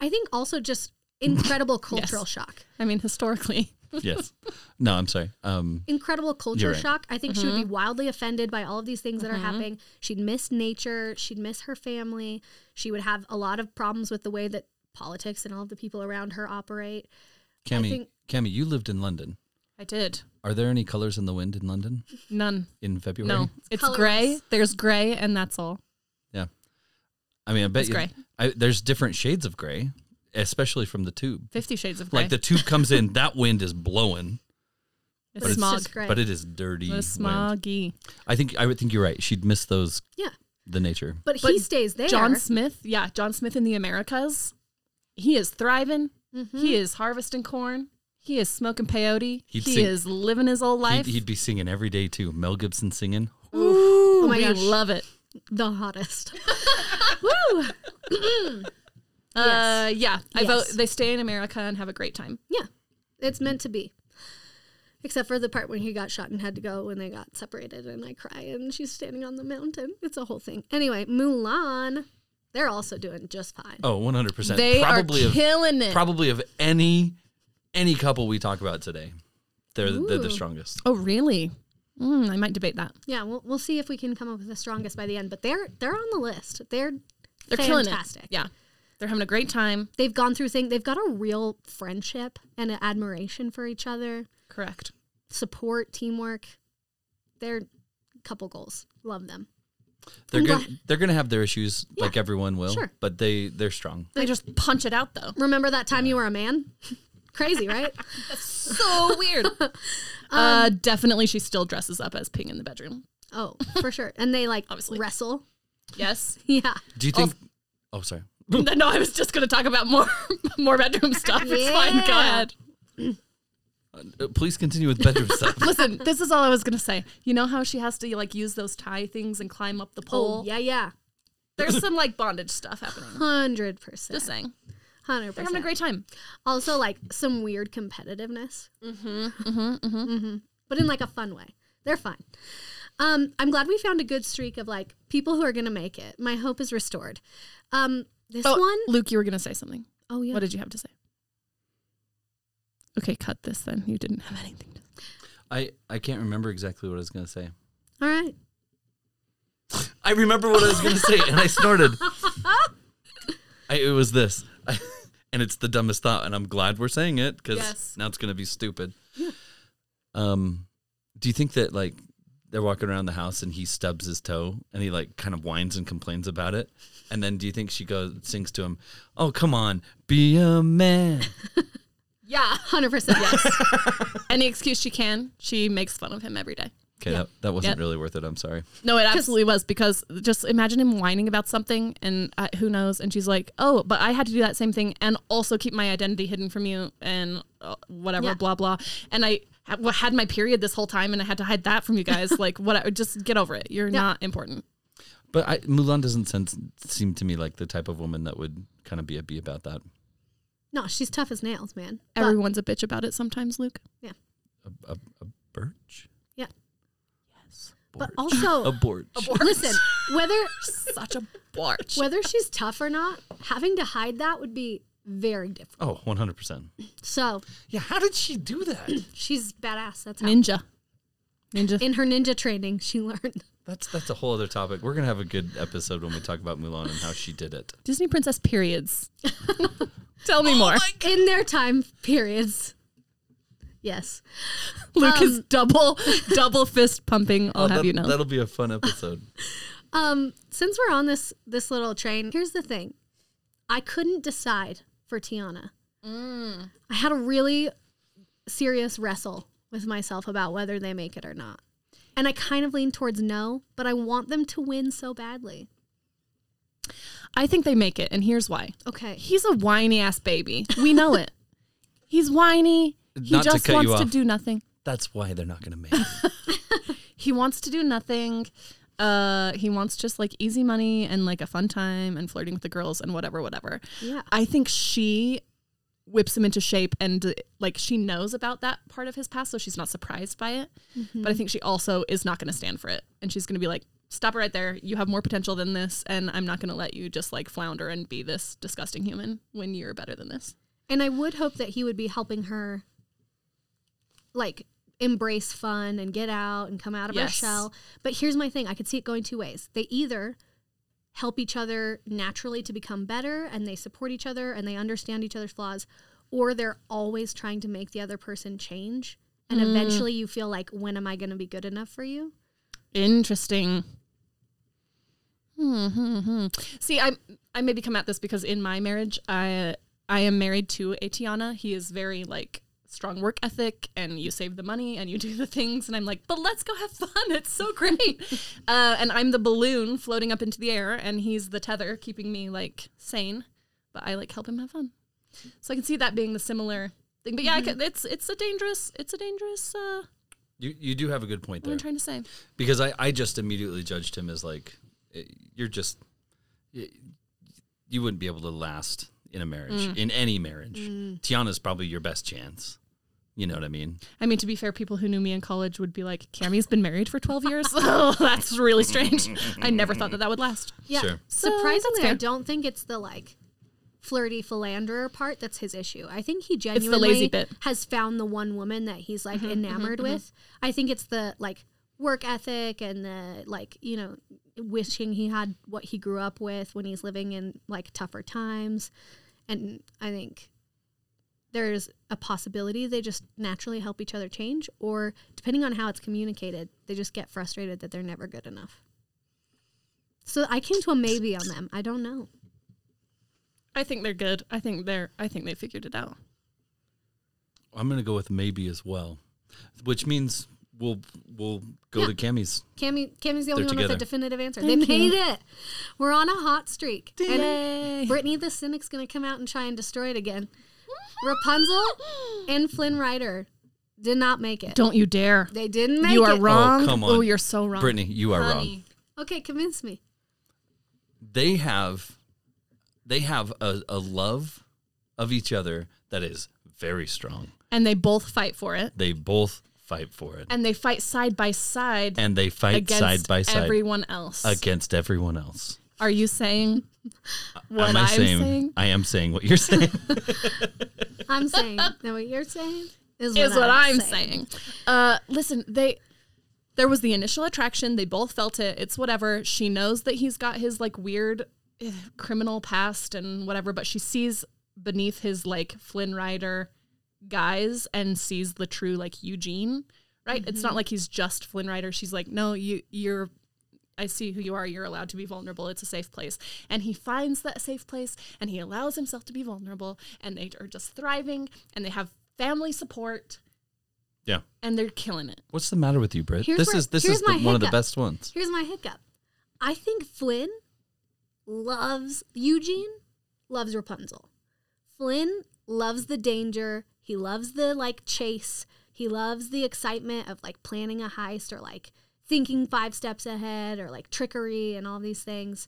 C: I think also just incredible cultural shock.
A: I mean, historically.
B: [LAUGHS] yes. No, I'm sorry. Um,
C: Incredible culture
B: You're right.
C: shock. I think she would be wildly offended by all of these things that are happening. She'd miss nature. She'd miss her family. She would have a lot of problems with the way that politics and all of the people around her operate.
B: Cammy,
C: think-
B: Cammy, you lived in London.
A: I did.
B: Are there any colors in the wind in London
A: None.
B: in February?
A: No. It's
C: Colorless.
A: gray. There's gray, and that's all.
B: I mean, I bet
A: It's
B: you
A: gray.
B: I, there's different shades of gray, especially from the tube.
A: Fifty Shades of Grey.
B: Like the tube
A: [LAUGHS]
B: comes in, that wind is blowing,
A: it's
B: but it's
A: smog.
C: just gray.
B: but it is dirty.
A: It's
B: wind.
A: smoggy.
B: I think I would think you're right. She'd miss those
C: Yeah.
B: the nature.
C: But,
A: But
C: he stays there.
A: John Smith, yeah, John Smith in the Americas. He is thriving.
C: Mm-hmm.
A: He is harvesting corn. He is smoking peyote.
B: He'd
A: he
B: sing-
A: is living his old life.
B: He'd, he'd be singing every day too. Mel Gibson singing.
A: Ooh,
C: Oh my
A: we
C: gosh.
A: love it.
C: the
A: [LAUGHS]
C: hottest.
A: Uh, yeah, I
C: Yes.
A: vote. They stay in America and have a great time.
C: yeah, it's meant to be. Except for the part when he got shot and had to go when they got separated, and I cry, and she's standing on the mountain. It's a whole thing. Anyway, Mulan, they're also doing just fine.
B: Oh, 100 percent.
A: They
B: Probably
A: are
B: of
A: killing it.
B: probably of any any couple we talk about today, they're they're the
C: Ooh.
B: strongest.
A: oh, really? Mm, I might debate that.
C: Yeah, we'll, we'll see if we can come up with the strongest by the end. But they're they're on the list. They're
A: They're
C: fantastic.
A: killing it. Yeah, they're having a great time.
C: They've gone through things. They've got a real friendship and an admiration for each other,
A: Correct.
C: support, teamwork. They're couple goals. Love them.
B: They're
C: I'm
B: gonna
C: glad-
B: they're gonna have their issues
C: Yeah.
B: like everyone will,
C: Sure.
B: but they they're strong.
A: They just punch it out though.
C: Remember that time you were a man? [LAUGHS] Crazy, right?
A: [LAUGHS] So [LAUGHS] weird. uh, definitely, she still dresses up as Ping in the bedroom.
C: Oh, for sure. And they like
A: Obviously.
C: wrestle.
A: Yes.
C: Yeah.
B: Do you think? oh, sorry.
A: [LAUGHS] no, I was just going to talk about more [LAUGHS] more bedroom stuff. It's fine. Go
C: Yeah.
A: ahead.
B: Uh, Please continue with bedroom [LAUGHS] stuff.
A: [LAUGHS] Listen, this is all I was going to say. You know how she has to like use those tie things and climb up the pole?
C: Oh, yeah, yeah.
A: There's [LAUGHS] some like bondage stuff happening.
C: Hundred
A: [LAUGHS]
C: percent.
A: Just saying.
C: Hundred
A: They're having a great
C: percent.
A: time.
C: Also, like some weird competitiveness. Mm-hmm. Mm-hmm. Mm-hmm. But in like a fun way. They're fine. Um, I'm glad we found a good streak of like people who are gonna make it. My hope is restored. Um, this one
A: Oh,
C: oh
A: Luke, you were going to say something.
C: yeah.
A: What did you have to say? Okay, cut this then. You didn't have anything to
B: I I can't remember exactly what I was gonna say.
C: All right.
B: I remember what I was going to say, and
A: [LAUGHS]
B: I snorted. I, it was this, [LAUGHS] and it's the dumbest thought, and I'm glad we're saying it because
A: Yes.
B: now it's going to be stupid. Um, do you think that like they're walking around the house and he stubs his toe and he like kind of whines and complains about it, and then do you think she goes sings to him, "Oh come on, be a man"?
A: Yeah. [LAUGHS]
C: Hundred percent. Yes.
A: Any excuse she can, she makes fun of him every day.
B: Okay, that, that wasn't
A: Yeah.
B: really worth it. I'm sorry.
A: No, it absolutely was because just imagine him whining about something and I, who knows. And she's like, oh, but I had to do that same thing and also keep my identity hidden from you and uh, whatever,
C: Yeah.
A: blah, blah. And I ha- well, had my period this whole time and I had to hide that from you guys. like, what? Just get over it. You're not important.
B: But I, Mulan doesn't sense, seem to me like the type of woman that would kind of be a bee about that.
C: no, she's tough as nails, man. But-
A: Everyone's a bitch about it sometimes, Luke.
B: A, a, a birch.
C: yeah. But
B: Borch.
C: also
A: [LAUGHS]
B: a borch.
C: listen, whether
A: Such a barch.
C: [LAUGHS] whether she's tough or not, having to hide that would be very different.
B: Oh, 100%.
C: So
B: Yeah, how did she do that?
C: she's badass. That's how.
A: Ninja. Ninja.
C: in her ninja training, she learned.
B: [CLEARS THROAT]
C: [LAUGHS]
B: That's that's a whole other topic. We're going to have a good episode when we talk about Mulan and how she did [LAUGHS] it.
A: Disney princess periods. Tell me more.
C: in their time periods. Yes.
A: Luke is double double fist pumping. I'll
B: Oh,
A: have
B: that-
A: you know.
B: That'll be a fun episode.
C: Um, since we're on this this little train, here's the thing. I couldn't decide for Tiana. I had a really serious wrestle with myself about whether they make it or not. And I kind of lean towards no, but I want them to win so badly.
A: I think they make it, and here's why.
C: Okay.
A: He's a whiny ass baby. We know it. He's whiny. He
B: Not to
A: just
B: cut you
A: wants to
B: off.
A: do nothing.
B: [LAUGHS] That's why they're not going to make it.
A: He wants to do nothing. Uh, he wants just like easy money and like a fun time and flirting with the girls and whatever, whatever.
C: Yeah.
A: I think she whips him into shape and like she knows about that part of his past, so she's not surprised by it. But I think she also is not going to stand for it. And she's going to be like, stop it right there. You have more potential than this. And I'm not going to let you just like flounder and be this disgusting human when you're better than this.
C: And I would hope that he would be helping her like embrace fun and get out and come out of
A: Yes.
C: her shell. But here's my thing, I could see it going two ways. They either help each other naturally to become better and they support each other and they understand each other's flaws or they're always trying to make the other person change and
A: Mm.
C: eventually you feel like when am I going to be good enough for you?
A: Interesting. Hmm, hmm, hmm. See, I I maybe come at this because in my marriage, I I am married to Atiana. He is very like strong work ethic, and you save the money and you do the things, and I'm like, but let's go have fun. [LAUGHS] It's so great. [LAUGHS] uh, and I'm the balloon floating up into the air, and he's the tether keeping me like sane. But I like help him have fun, so I can see that being the similar thing. But yeah, I could, it's it's a dangerous it's a dangerous. Uh,
B: [LAUGHS] You you do have a good point
A: what am
B: there
A: I trying to say?
B: because I I just immediately judged him as like eh, you're just y- you wouldn't be able to last in a marriage in any marriage. Tiana's probably your best chance. You know what I mean?
A: I mean, to be fair, people who knew me in college would be like, Cammy's been married for 12 years. [LAUGHS] oh, that's really strange. I never thought that that would last.
C: Yeah.
B: Sure.
A: So, that's
C: Surprisingly,
A: fair.
C: I don't think it's the like flirty philanderer part that's his issue. I think he
A: lazy
C: genuinely
A: bit. Mm-hmm,
C: has found the one woman that he's like enamored with. I think it's the like work ethic and the like, you know, wishing he had what he grew up with when he's living in like tougher times. And I think there's a possibility they just naturally help each other change or depending on how it's communicated, they just get frustrated that they're never good enough. So I came to a maybe on them. I don't know.
A: I think they're good. I think they're, I think they figured it out.
B: I'm gonna go with maybe as well, which means we'll we'll go to Cammy's.
C: Cammy, Cammy's the only
B: They're
C: one with
B: together.
C: a definitive answer.
A: Thank
C: they
A: you.
C: made it. We're on a hot streak. And
A: Yay.
C: Brittany the Cynic's going to come out and try and destroy it again. Rapunzel and Flynn Rider did not make it.
A: Don't you dare.
C: They didn't make
A: you are
C: it.
A: wrong.
B: Oh, come on.
A: Oh, you're so wrong.
B: Brittany, you are wrong.
A: Honey.
C: Okay, convince me.
B: they have they have a, a love of each other that is very strong.
A: And they both fight for it.
B: They both fight for it.
A: And they fight side by side
B: And they fight
A: against
B: side by side
A: everyone else.
B: against everyone else.
A: Are you saying what
B: Am
A: I'm
B: I saying,
A: saying?
B: I am saying what
A: [LAUGHS]
B: you're saying.
C: I'm saying that what you're saying is what,
A: is what I'm saying.
C: saying.
A: Uh, listen, they there was the initial attraction. They both felt it. It's whatever. She knows that he's got his like weird eh, criminal past and whatever, but she sees beneath his like Flynn Rider guys and sees the true like Eugene. Right? It's not like he's just Flynn Rider. She's like, no, you you're I see who you are. You're allowed to be vulnerable. It's a safe place. And he finds that safe place and he allows himself to be vulnerable. And they are just thriving and they have family support
B: yeah.
A: and they're killing it.
B: What's the matter with you, Britt?
C: Here's
B: this
C: where-
B: is this
C: here's
B: is the,
C: my
B: one of the
C: hiccup.
B: best ones.
C: Here's my hiccup. I think Flynn loves Eugene, loves Rapunzel. Flynn loves the danger. He loves the like chase. He loves the excitement of like planning a heist or like thinking five steps ahead or like trickery and all these things.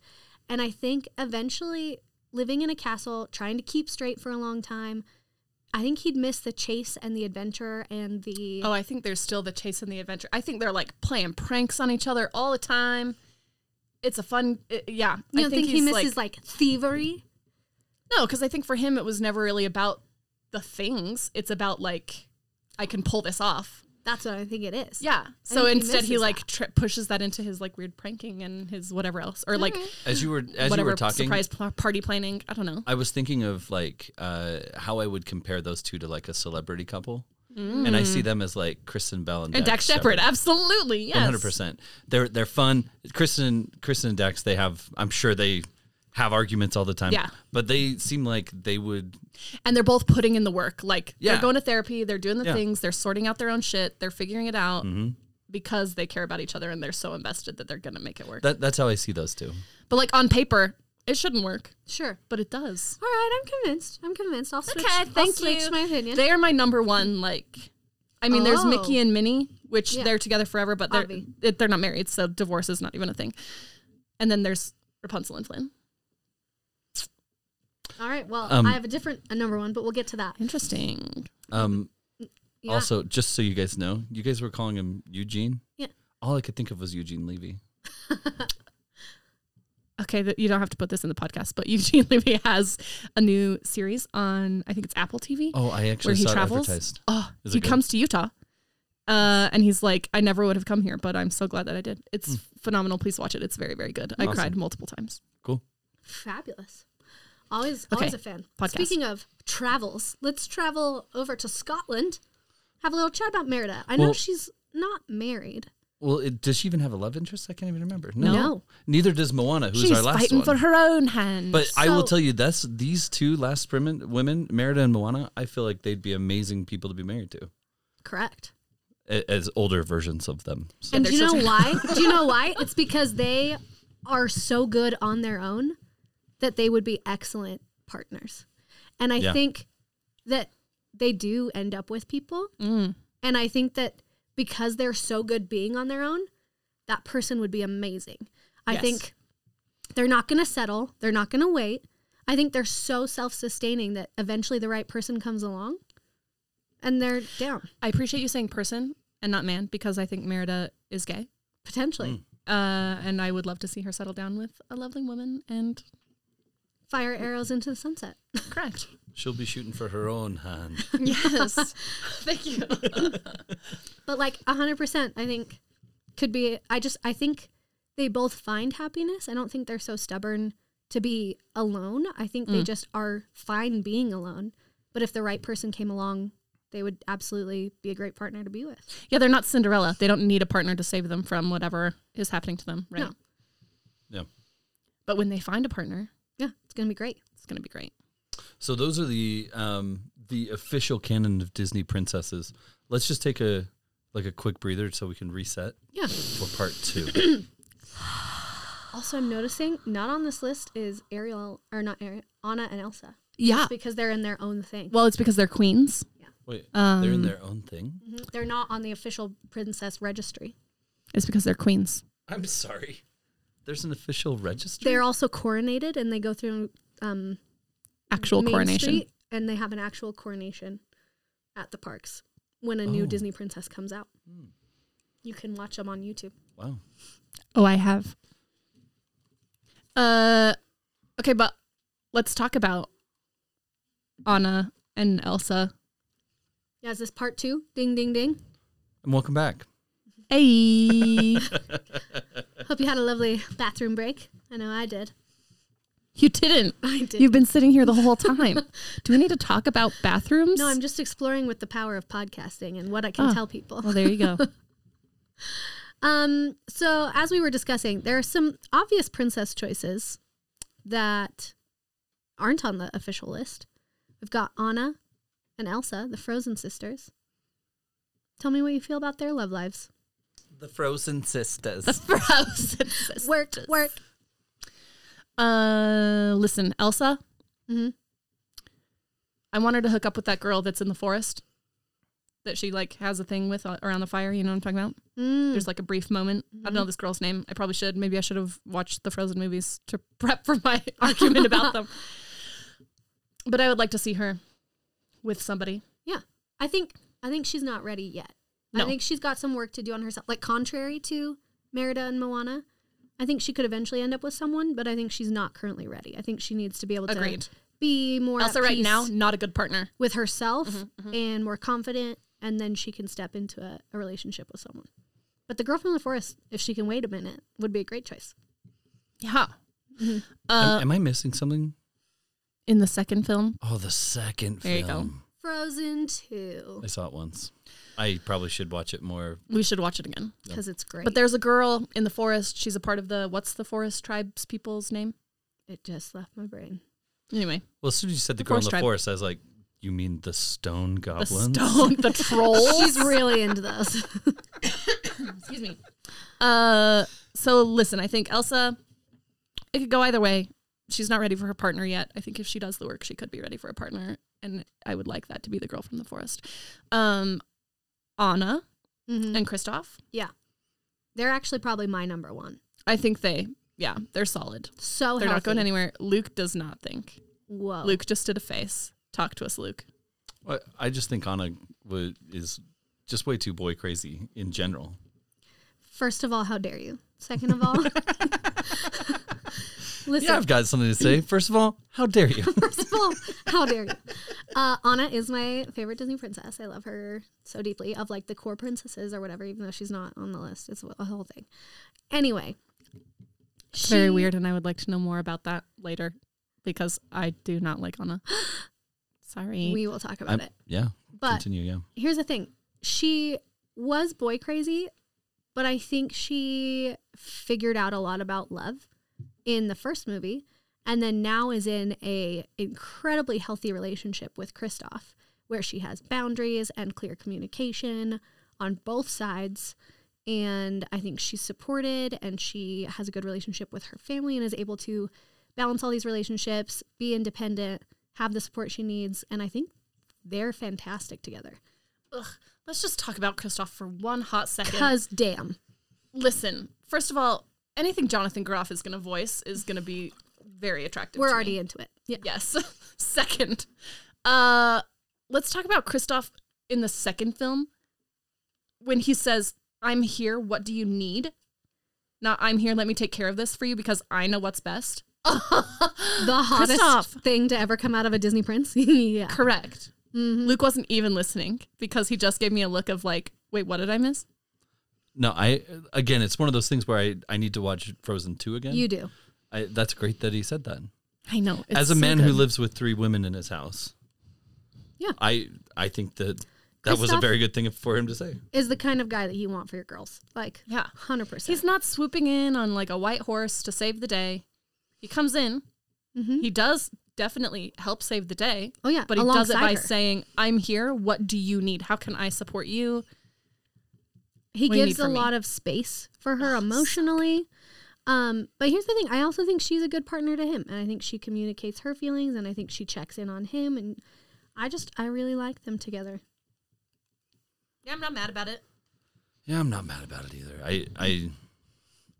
C: And I think eventually living in a castle, trying to keep straight for a long time, I think he'd miss the chase and the adventure and the
A: Oh, I think there's still the chase and the adventure. I think they're like playing pranks on each other all the time. It's a fun, i- yeah.
C: you
A: I
C: don't think, he
A: he's,
C: misses like, thievery?
A: No, because I think for him it was never really about the things. It's about like I can pull this off.
C: That's what I think it is.
A: Yeah. So
C: think he
A: instead he
C: misses
A: like
C: that.
A: tri- pushes that into his like weird pranking and his whatever else or
C: Mm-hmm.
A: like
B: As you were as
A: whatever
B: you were talking,
A: surprise pl- party planning. I don't know.
B: I was thinking of like uh, how I would compare those two to like a celebrity couple, and I
A: Mm.
B: see them as like Kristen Bell and,
A: And Dax Shepard, absolutely. Yes.
B: One hundred percent. They're they're fun. Kristen and Kristen and Dax. They have. I'm sure they have arguments all the time.
A: Yeah.
B: But they seem like they would.
A: And they're both putting in the work. Like
B: Yeah.
A: they're going to therapy, they're doing the
B: Yeah. Mm-hmm.
A: things, they're sorting out their own shit, they're figuring it out. Because they care about each other and they're so invested that they're gonna make it work.
B: That that's how I see those two.
A: but like on paper, it shouldn't work,
C: Sure.
A: but it does.
C: All right, I'm convinced. I'm convinced. I'll switch.
A: Okay,
C: I'll
A: thank
C: switch
A: you.
C: my opinion.
A: They are my number one. Like, I mean, there's
C: Oh.
A: Mickey and Minnie, which
C: Yeah.
A: they're together forever, but they're
C: Obvi.
A: it, they're not married, so divorce is not even a thing. And then there's Rapunzel and Flynn.
C: All right. Well,
B: Um,
C: I have a different a number one, but we'll get to that.
A: Interesting.
B: Um.
C: Yeah.
B: Also, just so you guys know, you guys were calling him Eugene.
C: Yeah.
B: All I could think of was Eugene Levy.
A: Okay, that you don't have to put this in the podcast, but [LAUGHS] Eugene Levy has a new series on I think it's Apple TV.
B: Oh, I
A: Where
B: actually
A: he
B: saw
A: travels?
B: it advertised.
A: Oh,
B: Is
A: he
B: it good?
A: comes to Utah. Uh, and he's like, I never would have come here, but I'm so glad that I did. It's phenomenal. Please watch it. It's very, very good. I
B: Hmm. Awesome.
A: cried multiple times.
B: Cool.
C: Fabulous. Always, always
A: Okay,
C: a fan.
A: podcast.
C: Speaking of travels, let's travel over to Scotland. Have a little chat about Merida. I know
B: Well-
C: she's not married.
B: Well, it, does she even have a love interest? I can't even remember.
A: No.
C: No.
B: Neither does Moana, who's
A: She's
B: our last
A: fighting
B: one.
A: for her own hand.
B: But I will
C: So-
B: tell you, that's these two last women, women, Merida and Moana. I feel like they'd be amazing people to be married to,
C: Correct.
B: a- as older versions of them. So,
C: And
A: their
C: do you know
A: children.
C: why? Do you
B: [LAUGHS]
C: know why? It's because they are so good on their own that they would be excellent partners. And I
B: Yeah.
C: think that they do end up with people.
B: Mm.
C: And I think that because they're so good being on their own, that person would be amazing. I
A: Yes.
C: think they're not going to settle, they're not going to wait. I think they're so self sustaining that eventually the right person comes along and they're down,
A: I appreciate you saying person and not man because I think Merida is gay.
C: potentially.
B: Mm.
A: Uh, and I would love to see her settle down with a lovely woman and
C: Fire arrows into the sunset.
B: [LAUGHS]
A: correct.
B: she'll be shooting for her own hand.
A: yes. [LAUGHS] Thank you.
C: but like 100% i think could be i just i think they both find happiness i don't think they're so stubborn to be alone i think
A: Mm.
C: they just are fine being alone but if the right person came along they would absolutely be a great partner to be with
A: Yeah, they're not Cinderella. They don't need a partner to save them from whatever is happening to them, right?
C: No.
B: yeah.
A: But when they find a partner,
C: yeah it's gonna be great
A: it's going to be great.
B: So those are the um, the official canon of Disney princesses. Let's just take a like a quick breather so we can reset
C: yeah
B: for part two.
C: also i'm noticing not on this list is ariel or not ariel anna and elsa
A: Yeah.
C: because they're in their own thing
A: Well, it's because they're queens. Um,
B: Wait, they're in their own thing.
C: Mhm. they're not on the official princess registry
A: It's because they're queens.
B: I'm sorry. There's an official registry.
C: they're also coronated and they go through um,
A: Actual
C: Main
A: coronation.
C: Street, and they have an actual coronation at the parks when a new
B: Oh.
C: Disney princess comes out. You can watch them on YouTube.
B: Wow.
A: Oh, I have. Uh, okay, but let's talk about Anna and Elsa.
C: Yeah, is this part two? Ding, ding, ding.
B: And welcome back.
C: [LAUGHS]
A: Hey,
C: Hope you had a lovely bathroom break. I know I did.
A: you didn't.
C: I did.
A: You've been sitting here the whole
C: [LAUGHS]
A: time. Do we need to talk about bathrooms?
C: no, I'm just exploring with the power of podcasting and what I can
A: Oh.
C: tell people.
A: Well, there you
C: [LAUGHS]
A: go.
C: Um, so as we were discussing, there are some obvious princess choices that aren't on the official list. We've got Anna and Elsa, the Frozen sisters. Tell me what you feel about their love lives.
B: The Frozen Sisters.
A: Frozen.
C: Work, work.
A: Uh, listen, Elsa.
C: Mhm.
A: I want her to hook up with that girl that's in the forest. That she like has a thing with uh, around the fire. You know what I'm talking about?
C: Mm. Mm-hmm.
A: There's like a brief moment. I don't know this girl's name. I probably should. Maybe I should have watched the Frozen movies to [LAUGHS] prep for my argument about
C: [LAUGHS]
A: them. But I would like to see her with somebody.
C: Yeah, I think I think she's not ready yet. I
A: No.
C: think she's got some work to do on herself. Like contrary to Merida and Moana, I think she could eventually end up with someone, but I think she's not currently ready. I think she needs to be able to
A: Agreed.
C: be more
A: Elsa
C: at
A: right
C: peace
A: now, not a good partner.
C: with herself and more confident, and then she can step into a, a relationship with someone. But the girl from the forest, if she can wait a minute, would be a great choice.
A: Yeah.
B: Am-
A: Uh,
B: am, I missing something?
A: in the second film,
B: Oh, the second
A: There you go.
B: film.
C: Frozen two
B: I saw it once. I probably should watch it more.
C: Mm.
A: we should watch it again.
C: because it's great.
A: But there's a girl in the forest. She's a part of the what's the forest tribes people's name?
C: it just left my brain.
A: Anyway,
B: Well, as soon as you said the,
A: The
B: girl in
A: Forest
B: the
A: Tribe.
B: forest, I was like, you mean the stone
A: the
B: goblins?
A: stone, [LAUGHS] the troll.
C: She's really into [LAUGHS] those.
A: Excuse me. Uh, so listen, I think Elsa, it could go either way. She's not ready for her partner yet. I think if she does the work, she could be ready for a partner, and I would like that to be the girl from the forest. Um, Anna
C: Mhm.
A: and Kristoff,
C: Yeah, they're actually probably my number one.
A: I think they, yeah, they're solid.
C: So
A: they're not
C: healthy.
A: going anywhere. Luke does not think.
C: Whoa,
A: Luke just did a face. Talk to us, Luke.
B: I- I just think Anna wa- is just way too boy crazy in general.
C: First of all, how dare you? Second of all,
A: [LAUGHS]
C: [LAUGHS] listen.
B: Yeah, I've got something
A: [LAUGHS]
B: to say. First of all, how dare you?
C: First of all, how dare you? Uh, Anna is my favorite Disney princess. I love her so deeply, of like the core princesses or whatever, even though she's not on the list. It's a whole thing. Anyway,
A: It's very
C: she-
A: weird, and I would like to know more about that later because I do not like [GASPS] Anna. Sorry.
C: We will talk about
B: I'm-
C: it.
B: yeah,
C: But
B: continue. Yeah,
C: here's the thing she was boy crazy, but I think she figured out a lot about love in the first movie and then now is in a incredibly healthy relationship with Kristoff where she has boundaries and clear communication on both sides and I think she's supported and she has a good relationship with her family and is able to balance all these relationships, be independent, have the support she needs and I think they're fantastic together.
A: Ugh, let's just talk about Kristoff for one hot second.
C: Cuz damn.
A: Listen, first of all, anything Jonathan Groff is going to voice is going to be very attractive.
C: We're
A: to me.
C: already into it. Yeah.
A: yes. [LAUGHS] second, uh, let's talk about Kristoff in the second film when he says, "I'm here. What do you need?" Not "I'm here. Let me take care of this for you because I know what's best."
C: The hottest
A: Kristoff.
C: thing to ever come out of a Disney prince. [LAUGHS] yeah. Mm-hmm.
A: Correct. Luke wasn't even listening because he just gave me a look of like, "Wait, what did I miss?"
B: no, I again, it's one of those things where I, I need to watch Frozen two again.
C: You do.
B: I, that's great that he said that.
A: I know.
B: As a man who lives with three women in his house,
C: Yeah.
B: I I think that that was a
C: Kristoff-
B: very good thing for him to say.
C: Is the kind of guy that you want for your girls. Like
A: Yeah.
C: 100%.
A: He's not swooping in on like a white horse to save the day. He comes in. He does definitely help save the day.
C: Mm-hmm. Oh, yeah,
A: but he does it
C: alongside
A: by
C: her.
A: saying, "I'm here. What do you need? How can I support you?"
C: he
A: What do you
C: gives
A: need
C: a
A: from me?
C: lot of space for her emotionally. Um, but here's the thing. I also think she's a good partner to him. And I think she communicates her feelings and I think she checks in on him. And I just, I really like them together.
A: Yeah, I'm not mad about it.
B: Yeah, I'm not mad about it either. I I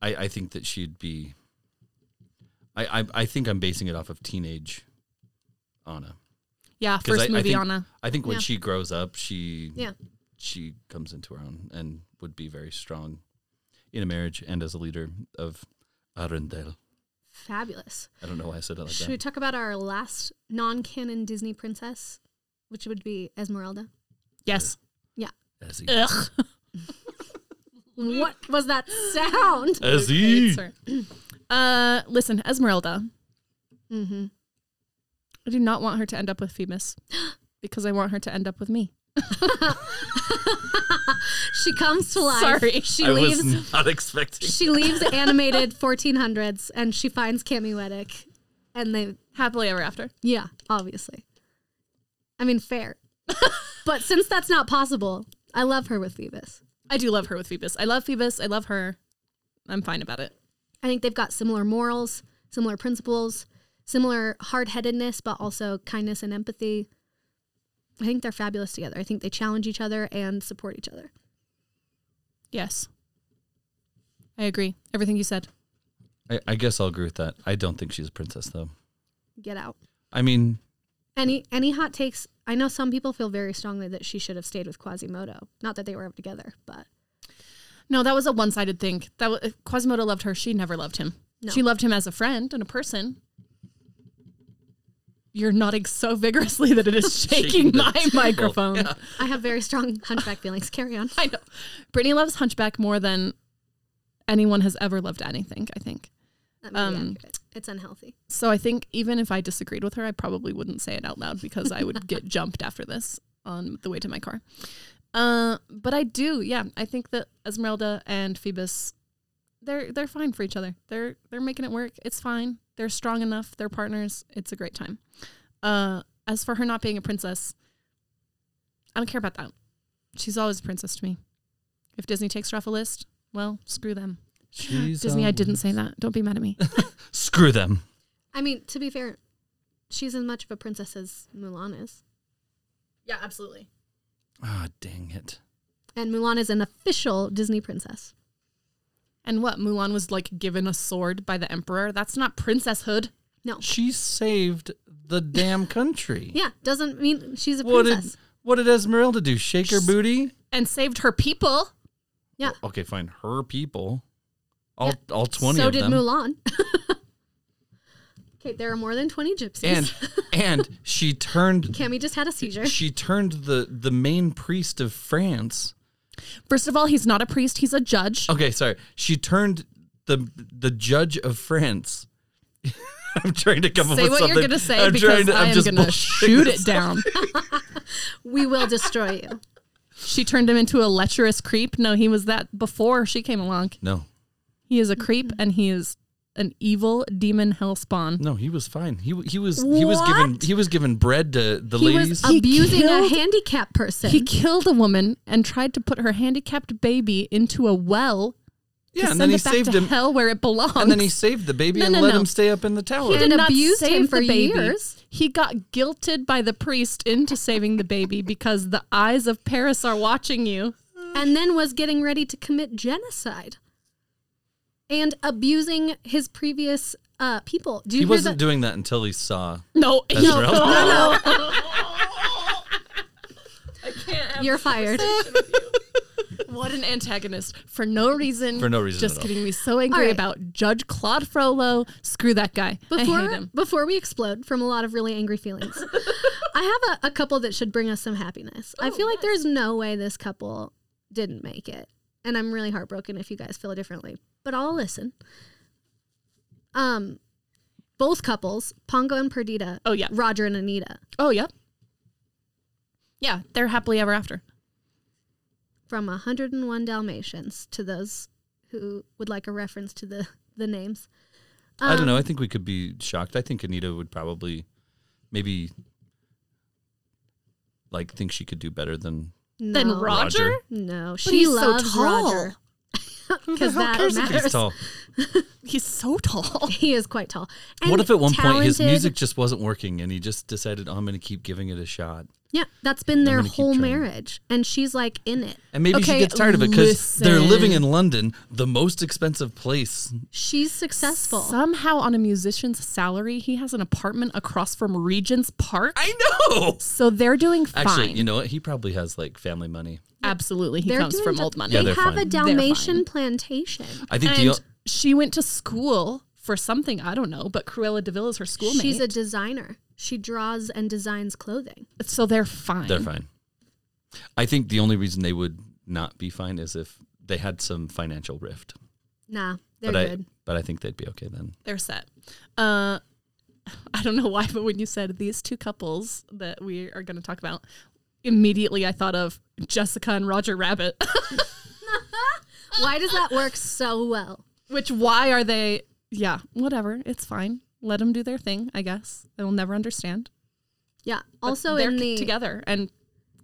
B: I, I think that she'd be. I, I I think I'm basing it off of teenage Anna.
A: Yeah,
B: 'Cause
A: first
B: I, I
A: movie
B: think,
A: Anna.
B: I think when
C: Yeah.
B: she grows up, she
C: Yeah.
B: she comes into her own and would be very strong in a marriage and as a leader of Arendelle.
C: Fabulous.
B: I don't know why I said it like
C: Should we
B: that.
C: talk about our last non canon Disney princess, which would be Esmeralda?
A: Yes.
B: As he,
A: Ugh.
C: What was that sound?
A: Hates
B: as he
A: her. Uh, listen, Esmeralda.
C: Mm-hmm.
A: I do not want her to end up with
C: [GASPS]
A: Phoebus because I want her to end up with me.
C: She comes to life. [LAUGHS]
A: Sorry.
C: she
B: I
C: leaves.
B: was [LAUGHS] not expecting.
C: She leaves animated 1400s, and she finds Cami Weddick, and they
A: Happily ever after.
C: yeah, obviously. I mean, fair. but since that's not possible, I love her with Phoebus.
A: I do love her with Phoebus. I love Phoebus. I love her. I'm fine about it.
C: I think they've got similar morals, similar principles, similar hard headedness, but also kindness and empathy. I think they're fabulous together. I think they challenge each other and support each other.
A: Yes. I agree. Everything you said.
B: I, I guess I'll agree with that. I don't think she's a princess though.
C: Get out.
A: [GASPS]
B: I mean,
C: Any any hot takes? I know some people feel very strongly that she should have stayed with Quasimodo. Not that they were ever together, but
A: No, that was a one-sided thing. That wa Quasimodo loved her. She never loved him.
C: No.
A: She loved him as a friend and a person. you're nodding so vigorously that it
B: [LAUGHS]
A: is shaking,
B: Shaking the
A: my
B: table.
A: microphone.
B: Yeah.
C: I have very strong [LAUGHS] hunchback feelings. Carry on.
A: I know. Brittany loves Hunchback more than anyone has ever loved anything, I think.
C: That may be
A: Um,
C: accurate. It's unhealthy.
A: So I think even if I disagreed with her, I probably wouldn't say it out loud because I would
B: [LAUGHS]
A: get jumped after this on the way to my car. Uh, but I do, yeah. I think that Esmeralda and Phoebus, they're they're fine for each other. They're they're making it work. It's fine. They're strong enough. They're partners. It's a great time. Uh, as for her not being a princess, I don't care about that. She's always a princess to me. If Disney takes her off a list, well, screw them.
B: She's
A: Disney, I didn't say
B: always-
A: that. Don't be mad at me.
B: Screw them.
C: I mean, to be fair, she's as much of a princess as Mulan is.
A: yeah, absolutely.
B: Ah, dang it.
C: And Mulan is an official Disney princess.
A: And what? Mulan was like given a sword by the emperor. That's not princesshood.
C: No.
B: She saved the damn country.
C: Yeah, doesn't mean she's a
B: What did
C: princess.
B: what did Esmeralda do? Shake her
A: She's-
B: booty?
A: And saved her people.
C: Yeah.
B: Okay, fine. Her people. All all twenty
C: So
B: of
C: did
B: them.
C: Mulan. [LAUGHS] okay, there are more than 20 gypsies.
A: [LAUGHS]
B: And and she turned
C: Cammy just had a seizure.
B: she turned the the main priest of France.
A: First of all, he's not a priest, he's a
B: [LAUGHS]
A: judge.
B: Okay, sorry. She turned the the judge of France. [LAUGHS] I'm trying to come up
A: say
B: with
A: what
B: something.
A: you're going to say
B: I'm
A: because
B: trying to,
A: I
B: I'm
A: am
B: just [LAUGHS]
A: going to
B: bullshitting
A: shoot
B: this.
A: it
B: [LAUGHS]
A: down.
C: We will destroy you.
A: she turned him into a lecherous creep. No, he was that before she came along.
B: No,
A: He is a creep and he is an evil demon hellspawn.
B: no, he was fine. He w- he was he was given
C: What?
B: he was given bread to the
C: He
B: ladies.
C: was abusing
A: killed-
C: a handicapped person.
A: He killed a woman and tried to put her handicapped baby into a well.
B: yeah,
A: to
B: and
A: send
B: then he
A: it back
B: saved
A: to
B: him,
A: hell where it belongs.
B: and then he saved the baby
A: No,
B: and
A: no,
B: let
A: no.
B: him stay up in the tower.
C: He did
A: did not
C: abused him
A: save
C: for
A: the baby.
C: years.
A: He got guilted by the priest into saving the baby because the eyes of Paris are watching you.
C: and then was getting ready to commit genocide and abusing his previous uh, people. Do you
B: He
C: hear
B: wasn't
C: that?
B: doing that until he saw.
A: [LAUGHS] No,
B: That's right. [LAUGHS]
C: no, no,
A: I can't.
C: you're fired.
A: What an antagonist for no reason.
B: For no reason
A: Just
B: at all.
A: getting me so angry
C: All right.
A: about Judge Claude Frollo. Screw that guy. [LAUGHS] I hate
C: Before
A: him.
C: before we explode from a lot of really angry
A: [LAUGHS]
C: feelings, I have a, a couple that should bring us some happiness.
B: Oh,
C: I feel like there's no way this couple didn't make it, and I'm really heartbroken if you guys feel differently. But I'll listen. Um, both couples, Pongo and Perdita.
A: Oh, yeah.
C: Roger and Anita
A: Oh yeah. Yeah, they're happily ever after.
C: from 101 Dalmatians. To those who would like a reference to the the names,
B: I don't know. I think we could be shocked. I think Anita would probably, maybe, like think she could do better than
A: Then
C: No.
A: Roger.
B: Roger?
C: No,
A: But
C: she
A: he's so
C: loves
A: tall.
C: Roger. [LAUGHS] Because
B: Who
C: that
B: cares if
C: matters.
B: he's tall.
A: He's so tall.
C: [LAUGHS] He is quite tall. And
B: What if at one point his
C: talented.
B: music just wasn't working and he just decided, oh, I'm going to keep giving it a shot?
C: Yeah, that's been their
B: gonna keep
C: whole
B: trying.
C: marriage, and she's like in it.
B: And maybe
A: Okay,
B: she gets tired of it because they're
A: listen.
B: living in London, the most expensive place.
C: She's successful.
A: Somehow on a musician's salary, he has an apartment across from Regent's Park.
B: I know.
A: So they're doing fine.
B: Actually, you know what? He probably has like family money.
A: Absolutely, he
C: They're
A: comes
C: doing
A: from
C: ju-
A: old money.
B: Yeah, they're
C: They have a
B: fine.
A: They're
C: Dalmatian
A: fine.
C: plantation.
B: I think the.
A: and she went to school for something I don't know, but Cruella Deville is her schoolmate.
C: She's a designer. She draws and designs clothing.
A: so they're fine.
B: They're fine. I think the only reason they would not be fine is if they had some financial rift.
C: Nah, they're
B: but
C: good.
B: I but I think they'd be okay then.
A: They're set. Uh, [LAUGHS] I don't know why, but when you said these two couples that we are going to talk about, immediately I thought of Jessica and Roger Rabbit. [LAUGHS]
C: Why does that work so well?
A: Which why are they? Yeah, whatever. It's fine. Let them do their thing. I guess I will never understand.
C: Yeah.
A: But
C: Also
A: they're
C: in
A: c-
C: the
A: together and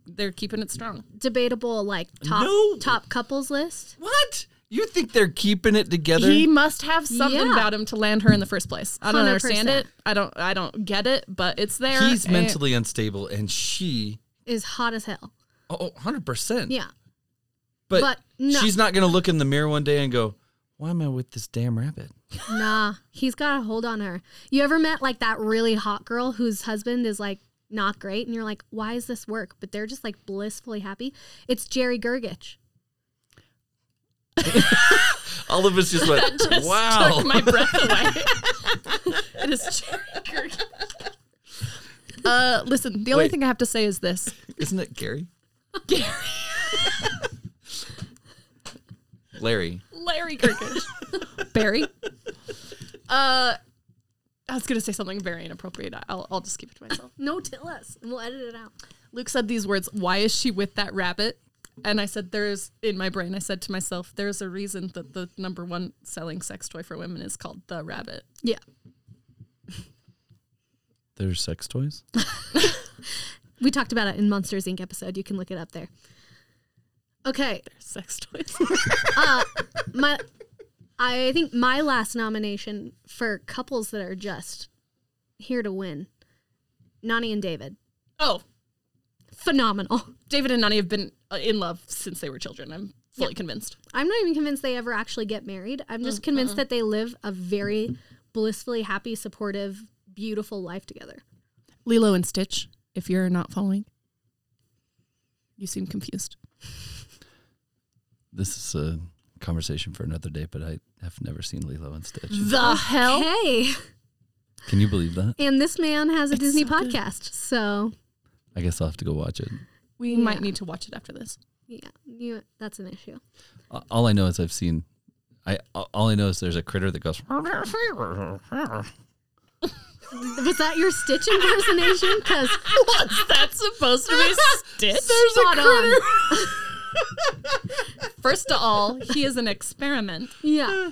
A: they're keeping it strong.
C: debatable like top
B: No.
C: top couples list.
B: What? You think they're keeping it together?
A: He must have something
C: Yeah.
A: about him to land her in the first place. I don't understand
C: 100%.
A: it. I don't. I don't get it. But it's there.
B: He's
A: Eh, [LAUGHS]
B: mentally unstable and she
C: Is hot as hell.
B: oh, 100%.
C: Yeah.
B: But,
C: but no.
B: she's not going to look in the mirror one day and go, "Why am I with this damn rabbit?"
C: Nah, he's got a hold on her. You ever met like that really hot girl whose husband is like not great and you're like, why is this work? But they're just like blissfully happy. It's Jerry Gergich.
B: All of us just went,
C: [LAUGHS]
A: just [LAUGHS]
B: "Wow."
A: Took my breath away. it is Jerry Gergich. Uh, listen, the only
B: Wait.
A: thing I have to say is this.
B: Isn't it Gary?
A: [LAUGHS] Gary,
B: Larry.
A: Larry Kirkish. [LAUGHS] Barry. Uh, I was going to say something very inappropriate. I'll, I'll just keep it to myself.
C: No, tell us, and we'll edit it out.
A: Luke said these words, Why is she with that rabbit? And I said, There's in my brain, I said to myself, There's a reason that the number one selling sex toy for women is called the rabbit. [LAUGHS]
C: Yeah,
B: There's sex toys.
C: we talked about it in Monsters Inc. episode. You can look it up there. Okay,
A: Sex toys. [LAUGHS]
C: my I think my last nomination for couples that are just here to win, Nani and David,
A: oh,
C: phenomenal. [LAUGHS]
A: David and Nani have been uh, in love since they were children. I'm fully convinced.
C: I'm not even convinced they ever actually get married. I'm
A: Mm,
C: just convinced that they live a very blissfully happy, supportive, beautiful life together.
A: Lilo and Stitch, if you're not following, you seem confused.
B: This is a conversation for another day, but I have never seen Lilo and Stitch.
A: The hell?
C: Hey,
B: Can you believe that?
C: and this man has a
A: It's
C: Disney
A: so good.
C: podcast, so
B: I guess I'll have to go watch it.
A: We
C: Yeah.
A: might need to watch it after this.
C: yeah, you, that's an issue.
B: A- All I know is I've seen. I all I know is there's a critter that goes.
C: Was that your Stitch impersonation?
A: [LAUGHS]
C: Because
A: [LAUGHS] What's that [LAUGHS] supposed to be? Stitch?
C: spot on.
A: First of all, he is an experiment. [LAUGHS]
C: Yeah.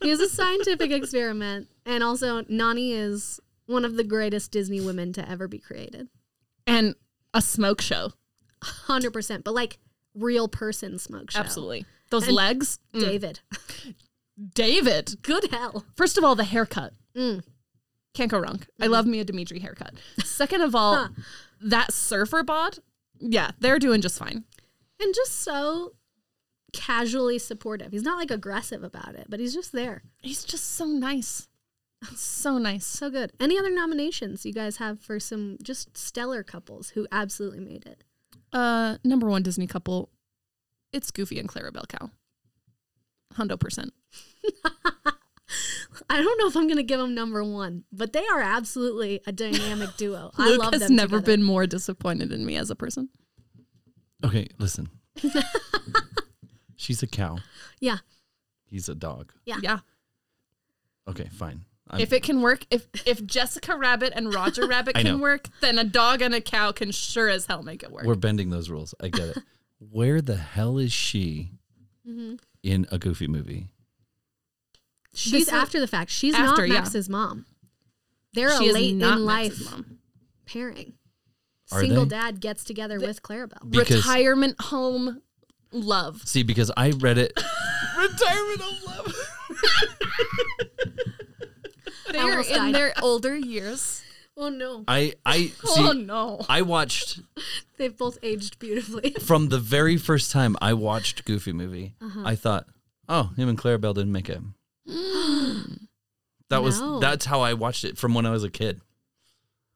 C: he is a scientific experiment. And also, Nani is one of the greatest Disney women to ever be created.
A: And a smoke show.
C: 100%. But like real person smoke show.
A: Absolutely. Those
C: And-
A: legs. Mm.
C: David. [LAUGHS]
A: David.
C: Good hell.
A: First of all, the haircut.
C: Mm.
A: Can't go wrong. I love me a Dimitri haircut. Second of all,
C: Huh.
A: that surfer bod. Yeah, they're doing just fine.
C: And just so casually supportive. He's not like aggressive about it, but he's just there.
A: He's just so nice. So nice.
C: So good. Any other nominations you guys have for some just stellar couples who absolutely made it?
A: Uh, number one Disney couple. It's Goofy and Clara Bell Cow. Hundo percent.
C: I don't know if I'm going to give them number one, but they are absolutely
A: [LAUGHS]
C: a dynamic duo. I
A: Luke
C: love
A: has
C: them.
A: never
C: together.
A: been more disappointed in me as a person.
B: Okay,
A: [LAUGHS]
B: listen. She's a cow.
C: Yeah.
B: He's a dog.
C: Yeah.
A: yeah.
B: Okay, fine. I'm,
A: If it can work, if if Jessica Rabbit and
B: [LAUGHS]
A: Roger Rabbit
B: I
A: can
B: know.
A: work, then a dog and a cow can sure as hell make it work.
B: we're bending those rules.
A: [LAUGHS]
B: I get it. Where the hell is she
A: Mm-hmm.
B: in a Goofy movie?
C: She's
A: This is-
C: after the fact. She's
A: After,
C: not
A: yeah.
C: Max's mom. They're
A: She
C: a
A: is
C: late in
A: not
C: life
A: Max's mom.
C: pairing.
B: Are
C: Single
B: they?
C: dad gets together with Clarabelle.
B: Because-
A: Retirement home love.
B: See, because I read it.
A: Retirement home [LAUGHS] love. They're
C: Almost
A: in
C: died.
A: their older years.
C: Oh no.
B: I I
A: [LAUGHS] oh
B: see.
A: no.
B: I watched
C: They've both aged beautifully.
B: from the very first time I watched Goofy movie.
A: Uh-huh.
B: I thought, oh, him and Clarabelle
A: [GASPS]
B: didn't make it. that
C: No.
B: was that's how I watched it from when I was a kid.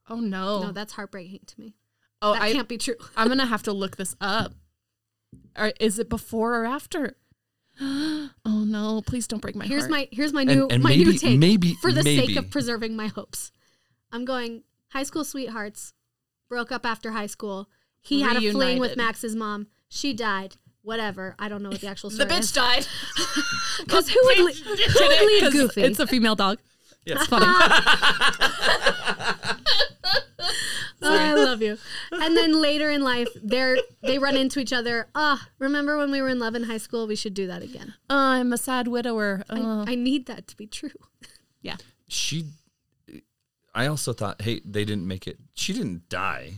A: Oh no.
C: [LAUGHS] No, that's heartbreaking to me.
A: oh,
C: that
A: I
C: can't be true.
A: [LAUGHS] I'm gonna have to look this up. Or is it before or after? [GASPS] oh no! Please don't break my
C: Here's
A: heart. [LAUGHS]
C: my here's my
B: And-
C: new
B: and
C: my new
B: maybe-
C: take.
B: maybe-
C: for the sake
B: maybe.
C: of preserving my hopes. I'm going high school sweethearts broke up after high school. He had a fling with
A: Reunited.
C: Max's mom. She died. Whatever. I don't know what the actual
A: the
C: story
A: bitch
C: [LAUGHS]
A: died.
C: Because who would, le- who would leave
A: 'Cause
C: Goofy?
A: It's a female dog. It's funny.
C: [LAUGHS] Oh, I love you. And then later in life, they're they run into each other. Ah, remember when we were in love in high school? We should do that again.
A: [LAUGHS] I'm a sad widower. Uh,
C: I need that to be true. [LAUGHS]
A: yeah.
B: She. I also thought, hey, they didn't make it. She didn't die.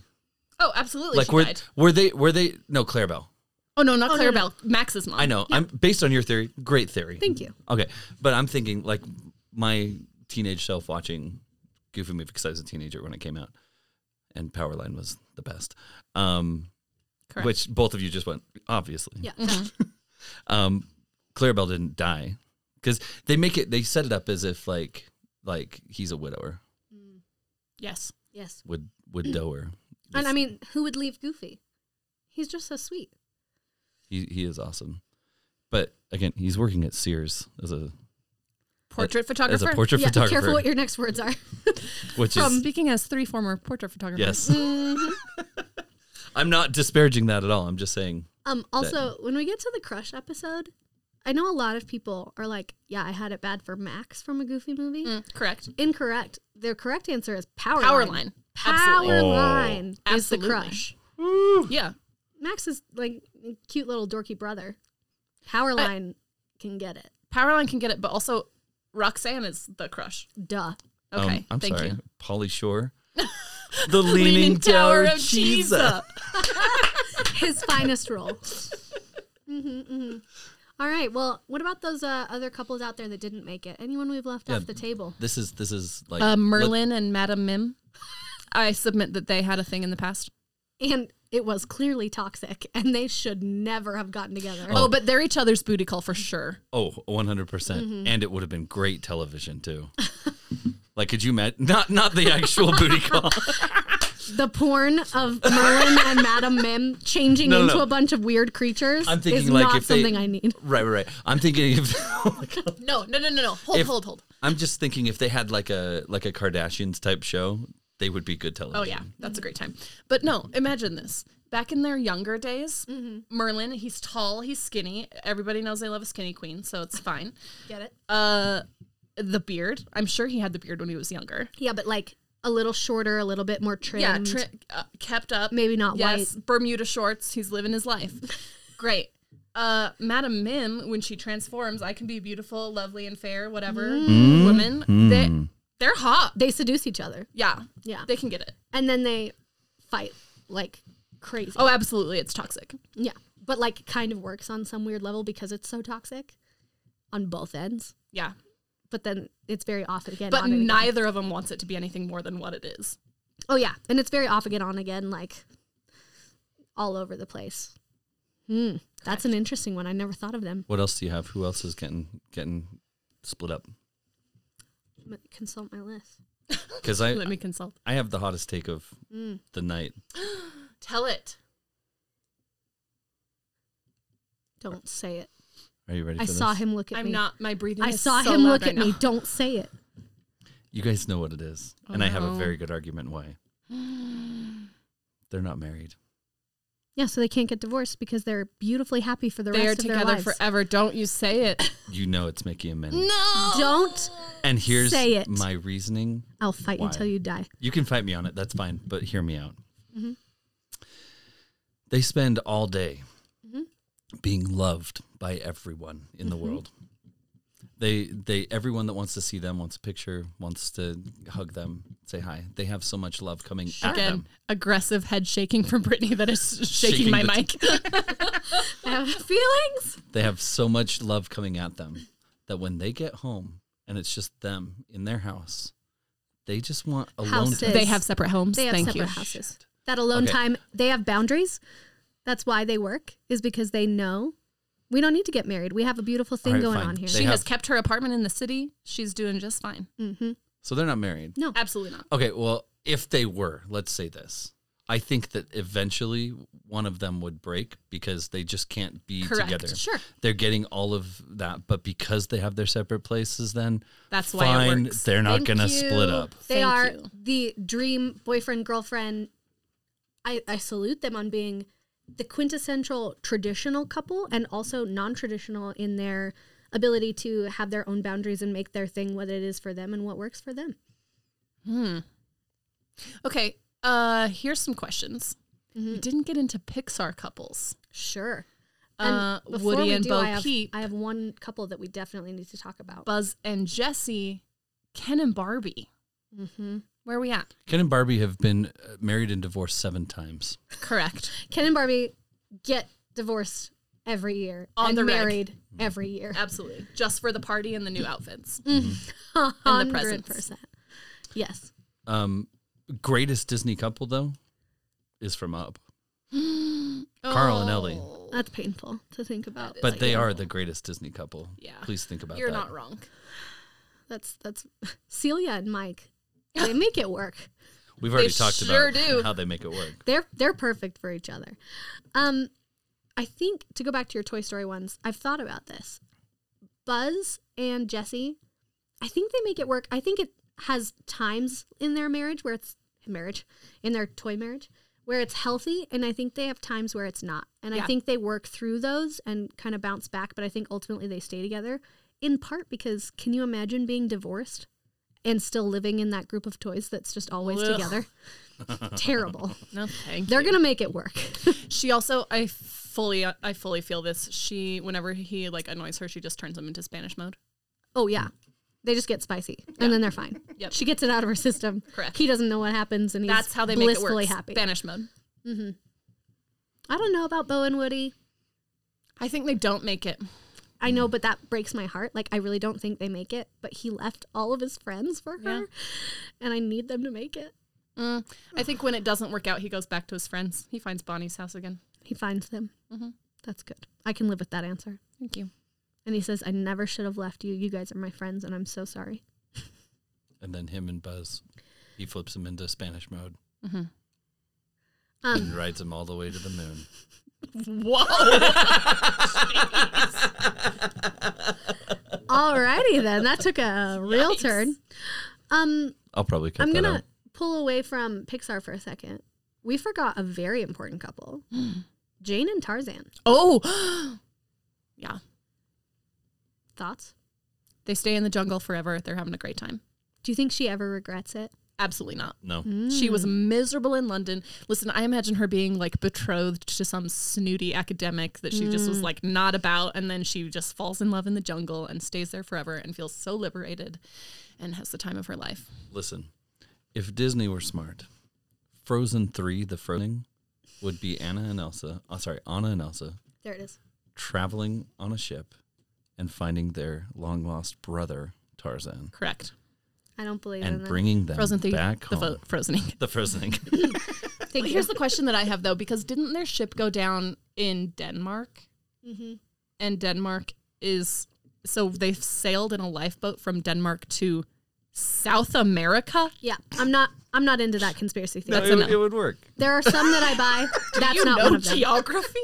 A: Oh, absolutely.
B: like
A: she
B: were
A: died.
B: were they were they no Clarabelle.
A: Oh no, not
C: Oh, no,
A: Claire
C: no.
A: Bell. Max's mom.
B: I know. I'm based on your theory. Great theory.
C: Thank you.
B: Okay, but I'm thinking like my teenage self watching Goofy movie because I was a teenager when it came out, and Powerline was the best. Um,
A: Correct.
B: Which both of you just went obviously.
C: Yeah.
B: Um, Clarabelle didn't die because they make it. They set it up as if like like he's a widower
A: Yes.
C: Yes.
B: would would
C: [CLEARS THROAT]
B: doer.
C: And I mean, who would leave Goofy? He's just so sweet.
B: He he is awesome, but again, he's working at Sears as a
A: portrait
B: as
A: photographer.
B: a portrait
C: yeah, be
B: photographer,
C: careful what your next words are.
B: which
A: From
B: is
A: Um, speaking as three former portrait photographers.
B: yes.
A: Mm-hmm.
B: I'm not disparaging that at all. I'm just saying
C: Um, also, when we get to the crush episode, I know a lot of people are like, "Yeah, I had it bad for Max from a Goofy movie."
A: Mm, correct.
C: Incorrect. Their correct answer is Powerline.
A: Powerline. Absolutely.
C: Powerline line is
A: Absolutely.
C: the crush.
A: Yeah.
C: Max is like a cute little dorky brother. Powerline can get it.
A: Powerline can get it, but also Roxanne is the crush.
C: Duh.
A: Okay.
B: Um, I'm
A: thank
B: sorry,
A: you. [LAUGHS]
B: Polly Shore. the Leaning, Tower of
A: Uh,
B: Cheesa.
C: His finest role. Mhm, mhm. All right. Well, what about those uh, other couples out there that didn't make it? Anyone we've left
B: Yeah.
C: off the table?
B: This is this is like
A: Uh,
B: what-
A: Merlin and Madame Mim. I submit that they had a thing in the past.
C: And it was clearly toxic, and they should never have gotten together.
A: Oh, but they're each other's booty call for sure.
B: Oh, 100%. percent
A: Mm-hmm.
B: And it would have been great
A: [LAUGHS]
B: television too. like could you imagine not not the actual
A: [LAUGHS]
B: booty call.
C: The porn of Merlin and Madame Mim changing
B: No, no,
C: into
B: no.
C: a bunch of weird creatures
B: I'm thinking
C: is
B: like
C: not
B: if they-
C: something I need.
B: Right, right, right. I'm thinking if [LAUGHS] oh my God.
A: No, no, no, no, no. Hold,
B: If-
A: hold, hold.
B: I'm just thinking if they had like a like a Kardashians type show, they would be good
A: Oh
B: television.
A: yeah, that's a great time. But no, imagine this. Back in their younger days, Merlin, he's tall, he's skinny. Everybody knows they love a skinny queen, so it's fine.
C: Get it?
A: Uh the beard. I'm sure he had the beard when he was younger.
C: Yeah, but like a little shorter, a little bit more trimmed.
A: Yeah, tri- uh, kept up.
C: Maybe not
A: yes, Bermuda shorts. He's living his
C: [LAUGHS]
A: life. Great. Uh, Madam Mim, when she transforms, I can be beautiful, lovely, and fair, whatever
C: Mm.
A: woman.
B: Mm.
A: They, they're hot.
C: They seduce each other.
A: Yeah,
C: Yeah.
A: they can get it.
C: and then they fight like crazy.
A: Oh, absolutely, it's toxic.
C: Yeah. But like kind of works on some weird level because it's so toxic on both ends.
A: Yeah,
C: But then it's very off again.
A: but
C: on and again.
A: neither of them wants it to be anything more than what it is.
C: Oh yeah, and it's very off again on again like all over the place. Hmm. That's an interesting one. I never thought of them.
B: What else do you have? Who else is getting getting split up?
C: I'm gonna Consult my list.
B: Cuz I
A: Let me consult.
B: I have the hottest take of
C: Hmm,
B: the night.
A: Tell it.
C: Don't say it.
B: Are you ready
C: I
B: for
C: saw
B: this?
C: him look at
A: I'm
C: me.
A: not. My breathing.
C: I
A: is
C: saw
A: so
C: him
A: loud
C: look
A: right
C: at me.
A: now.
C: Don't say it.
B: You guys know what it is.
A: Oh,
B: and I have a
A: no.
B: very good argument
C: [GASPS]
B: why. They're not married.
C: Yeah, so they can't get divorced because they're beautifully happy for the
A: They are
C: rest of their
A: together
C: lives.
A: forever. Don't you say it.
B: You know it's Mickey and Minnie.
A: no.
C: Don't.
B: And here's
C: Say it.
B: my reasoning.
C: I'll fight
B: Why?
C: until you die.
A: [LAUGHS]
B: You can fight me on it. That's fine. But hear me out.
C: Mm-hmm.
B: They spend all day
C: Mm-hmm.
B: being loved by everyone in the world. They, they, everyone that wants to see them wants a picture, wants to hug them, say hi. They have so much love coming at
A: Again,
B: them.
A: aggressive head shaking from Brittany that is shaking,
B: Shaking
A: my
B: the
A: mic.
C: I have feelings.
B: They have so much love coming at them that when they get home and it's just them in their house, they just want alone
C: Houses.
B: time.
A: they have separate homes.
C: They have
A: Thank
C: separate
A: you.
C: houses. That alone
B: Okay.
C: time, they have boundaries. That's why they work, is because they know we don't need to get married. We have a beautiful thing
B: All right,
C: going
B: fine.
C: on here.
B: They
A: She has
B: have-
A: kept her apartment in the city. She's doing just fine.
C: Mm.
B: So they're not married.
C: no,
A: Absolutely not.
B: Okay, well, if they were, let's say this. I think that eventually one of them would break because they just can't be
A: Correct.
B: together.
C: Sure.
B: They're getting all of that, but because they have their separate places, then
A: That's why it
B: fine,
A: works.
B: they're not
C: Thank
B: going to
C: you.
B: split up.
C: They
A: Thank
C: are
A: you.
C: the dream boyfriend, girlfriend. I, I salute them on being the quintessential traditional couple and also non traditional in their ability to have their own boundaries and make their thing what it is for them and what works for them.
A: Okay. Uh, here's some questions.
C: Mm-hmm.
A: We didn't get into Pixar couples.
C: Sure.
A: Uh,
C: before
A: Woody
C: we
A: and Bo
C: I have,
A: Peep.
C: I have one couple that we definitely need to talk about.
A: Buzz and Jesse, Ken and Barbie.
C: Mhm.
A: Where are we at?
B: Ken and Barbie have been uh, married and divorced seven times.
A: Correct.
C: Ken and Barbie get divorced every year
A: On
C: and
A: the reg.
C: married every year.
A: Absolutely. Just for the party and the new outfits.
C: Mm. [LAUGHS] Hundred
A: presents.
C: percent. Yes.
B: Um, greatest Disney couple, though, is from Up.
A: Carl
B: and Ellie.
A: Uh,
C: That's painful to think about.
B: But
C: Like,
B: they are the greatest Disney couple.
A: Yeah.
B: Please think about
A: You're
B: that.
A: not wrong.
C: that's that's [LAUGHS] Celia and Mike. They make it work.
B: We've already
A: They
B: talked
A: sure
B: about
A: do.
B: how they make it work.
C: They're they're perfect for each other. Um I think to go back to your Toy Story ones, I've thought about this. Buzz and Jesse I think they make it work. I think it has times in their marriage where it's marriage, in their toy marriage, where it's healthy. And I think they have times where it's not. And I
A: Yeah.
C: think they work through those and kind of bounce back. But I think ultimately they stay together in part because can you imagine being divorced and still living in that group of toys that's just always
A: Ugh. [LAUGHS]
C: together? Terrible.
A: No, thank
C: They're
A: you.
C: going to make it work. [LAUGHS]
A: She also, I fully, I fully feel this. She, whenever he like annoys her, she just turns him into Spanish mode.
C: Oh yeah. They just get spicy and then they're fine.
A: Yep.
C: She gets it out of her system.
A: Correct.
C: He doesn't know what happens and he's
A: That's how they make it
C: blissfully
A: work.
C: happy.
A: Spanish mode.
C: I don't know about Bo and Woody.
A: I think they don't make it.
C: I know, but that breaks my heart. Like I really don't think they make it, but he left all of his friends for her.
A: Yeah.
C: And I need them to make it.
A: Mm. I think when it doesn't work out, he goes back to his friends. He finds Bonnie's house again.
C: He finds them.
A: Mm-hmm.
C: That's good. I can live with that answer.
A: Thank you.
C: And he says, I never should have left you. You guys are my friends and I'm so sorry.
B: And then him and Buzz, he flips him into Spanish mode and
A: [LAUGHS]
C: Um,
B: rides him all the way to the moon.
A: Whoa!
C: alrighty then. That took a real
A: Yikes.
C: turn. Um,
B: I'll probably cut
C: I'm
B: that
C: gonna
B: out.
C: pull away from Pixar for a second. We forgot a very
A: [GASPS]
C: important couple, Jane and Tarzan.
A: oh, [GASPS] yeah.
C: Thoughts?
A: They stay in the jungle forever. They're having a great time.
C: Do you think she ever regrets it?
A: Absolutely not.
B: No.
A: She was
C: Mm.
A: miserable in London. Listen, I imagine her being like betrothed to some snooty academic that she
C: Mm.
A: just was like not about. And then she just falls in love in the jungle and stays there forever and feels so liberated and has the time of her life.
B: Listen, if Disney were smart, Frozen 3, the Frozen, would be Anna and Elsa, oh, sorry, Anna and Elsa
C: There it is.
B: traveling on a ship and finding their long lost brother, Tarzan,
A: Correct.
C: I don't believe in
B: and
C: that.
B: bringing them
A: Frozen 3,
B: back
A: the
B: home.
A: vo- Frozening.
C: [LAUGHS]
B: The
A: [LAUGHS]
B: Frozen.
C: Thank you.
A: Here's the question that I have though, because didn't their ship go down in Denmark?
C: Mm-hmm.
A: And Denmark is so they've sailed in a lifeboat from Denmark to South America.
C: Yeah, I'm not. I'm not into that conspiracy theory.
A: That's a no.
B: it, it would work.
C: there are some that I
B: [LAUGHS]
C: buy. That's not one
A: no
C: of them.
A: geography.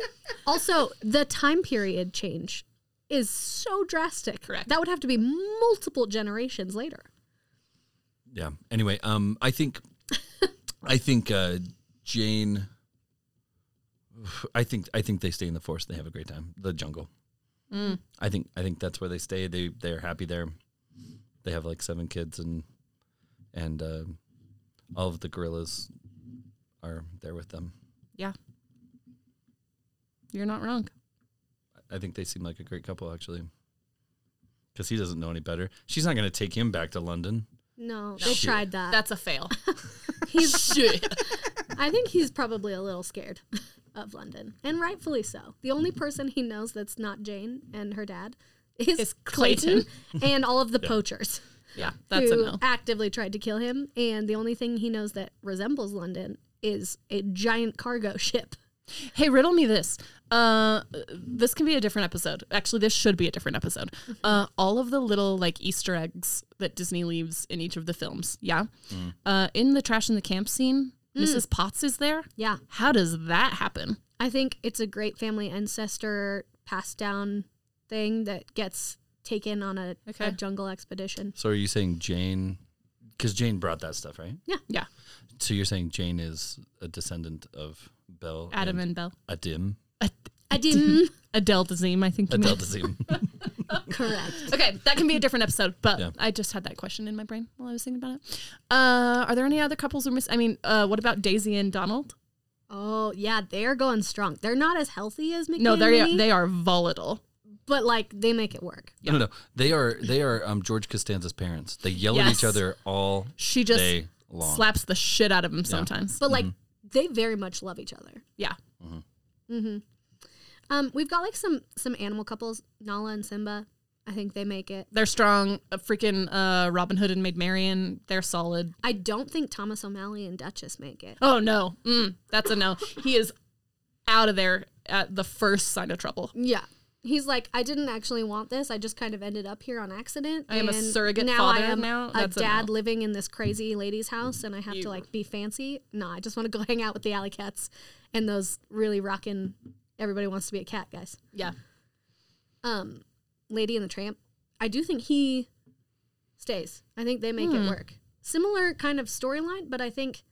C: also, the time period change is so drastic.
A: Correct.
C: That would have to be multiple generations later.
B: Yeah. Anyway, um,
A: [LAUGHS]
B: I think, I think uh, Jane. I think I think they stay in the forest. They have a great time. The jungle.
A: Mm.
B: I think I think that's where they stay. They they're happy there. They have like seven kids and and uh, all of the gorillas are there with them.
A: yeah, you're not wrong.
B: I think they seem like a great couple actually. Because he doesn't know any better. She's not going to take him back to London.
C: No, they
B: Shit.
C: tried that.
A: Uh. That's a fail.
C: He's.
A: [LAUGHS] Shit.
C: I think he's probably a little scared [LAUGHS] of London, and rightfully so. The only person he knows that's not Jane and her dad is,
A: Is
C: Clayton, [LAUGHS] and all of the poachers
A: Yeah, that's a
C: who
A: no.
C: actively tried to kill him. And the only thing he knows that resembles London is a giant cargo [LAUGHS] ship.
A: Hey, riddle me this. Uh, this can be a different episode. Actually, this should be a different episode. Uh, all of the little like Easter eggs that Disney leaves in each of the films. Yeah. Uh, in the trash in the camp scene, Mrs. Potts is there.
C: Yeah,
A: How does that happen?
C: I think it's a great family ancestor passed down thing that gets taken on a,
A: Okay.
C: a jungle
A: [LAUGHS]
C: expedition.
B: So are you saying Jane? Because Jane brought that stuff, right?
A: Yeah.
B: So you're saying Jane is a descendant of Bell?
A: Adam and Belle.
B: Adim?
C: I didn't.
A: Adele Dazeem, I think. you meant.
B: Adele
A: [LAUGHS]
B: Dazim.
C: Correct.
A: Okay, that can be a different episode, but
B: Yeah.
A: I just had that question in my brain while I was thinking about it. Uh, are there any other couples we're missing? I mean, uh, what about Daisy and Donald?
C: Oh yeah, they're going strong. They're not as healthy as Mickey.
A: No,
C: and
A: they are,
C: Minnie.
A: they are volatile.
C: but like they make it work.
B: [LAUGHS] No, no, no. They are they are um, George Costanza's parents. They yell at
A: Yes.
B: each other all
A: She just
B: day long.
A: slaps the shit out of him sometimes.
C: But like
A: Mm-hmm.
C: they very much love each other.
A: Yeah.
C: Um, we've got like some some animal couples, Nala and Simba. I think they make it.
A: They're strong. Uh, freaking uh, Robin Hood and Maid Marian, they're solid.
C: I don't think Thomas O'Malley and Duchess make it.
A: Oh, no. Mm, that's a no. he is out of there at the first sign of trouble.
C: Yeah. He's like, I didn't actually want this. I just kind of ended up here on accident.
A: I am a
C: and
A: surrogate
C: now
A: father
C: I am
A: now?
C: a
A: That's a no.
C: dad living in this crazy lady's house, and I have
A: You-
C: to like be fancy. No, I just want to go [LAUGHS] hang out with the alley cats and those really rockin' everybody wants to be a cat guys.
A: Yeah.
C: um Lady and the Tramp, I do think he stays. I think they make it work. Similar kind of storyline, but I think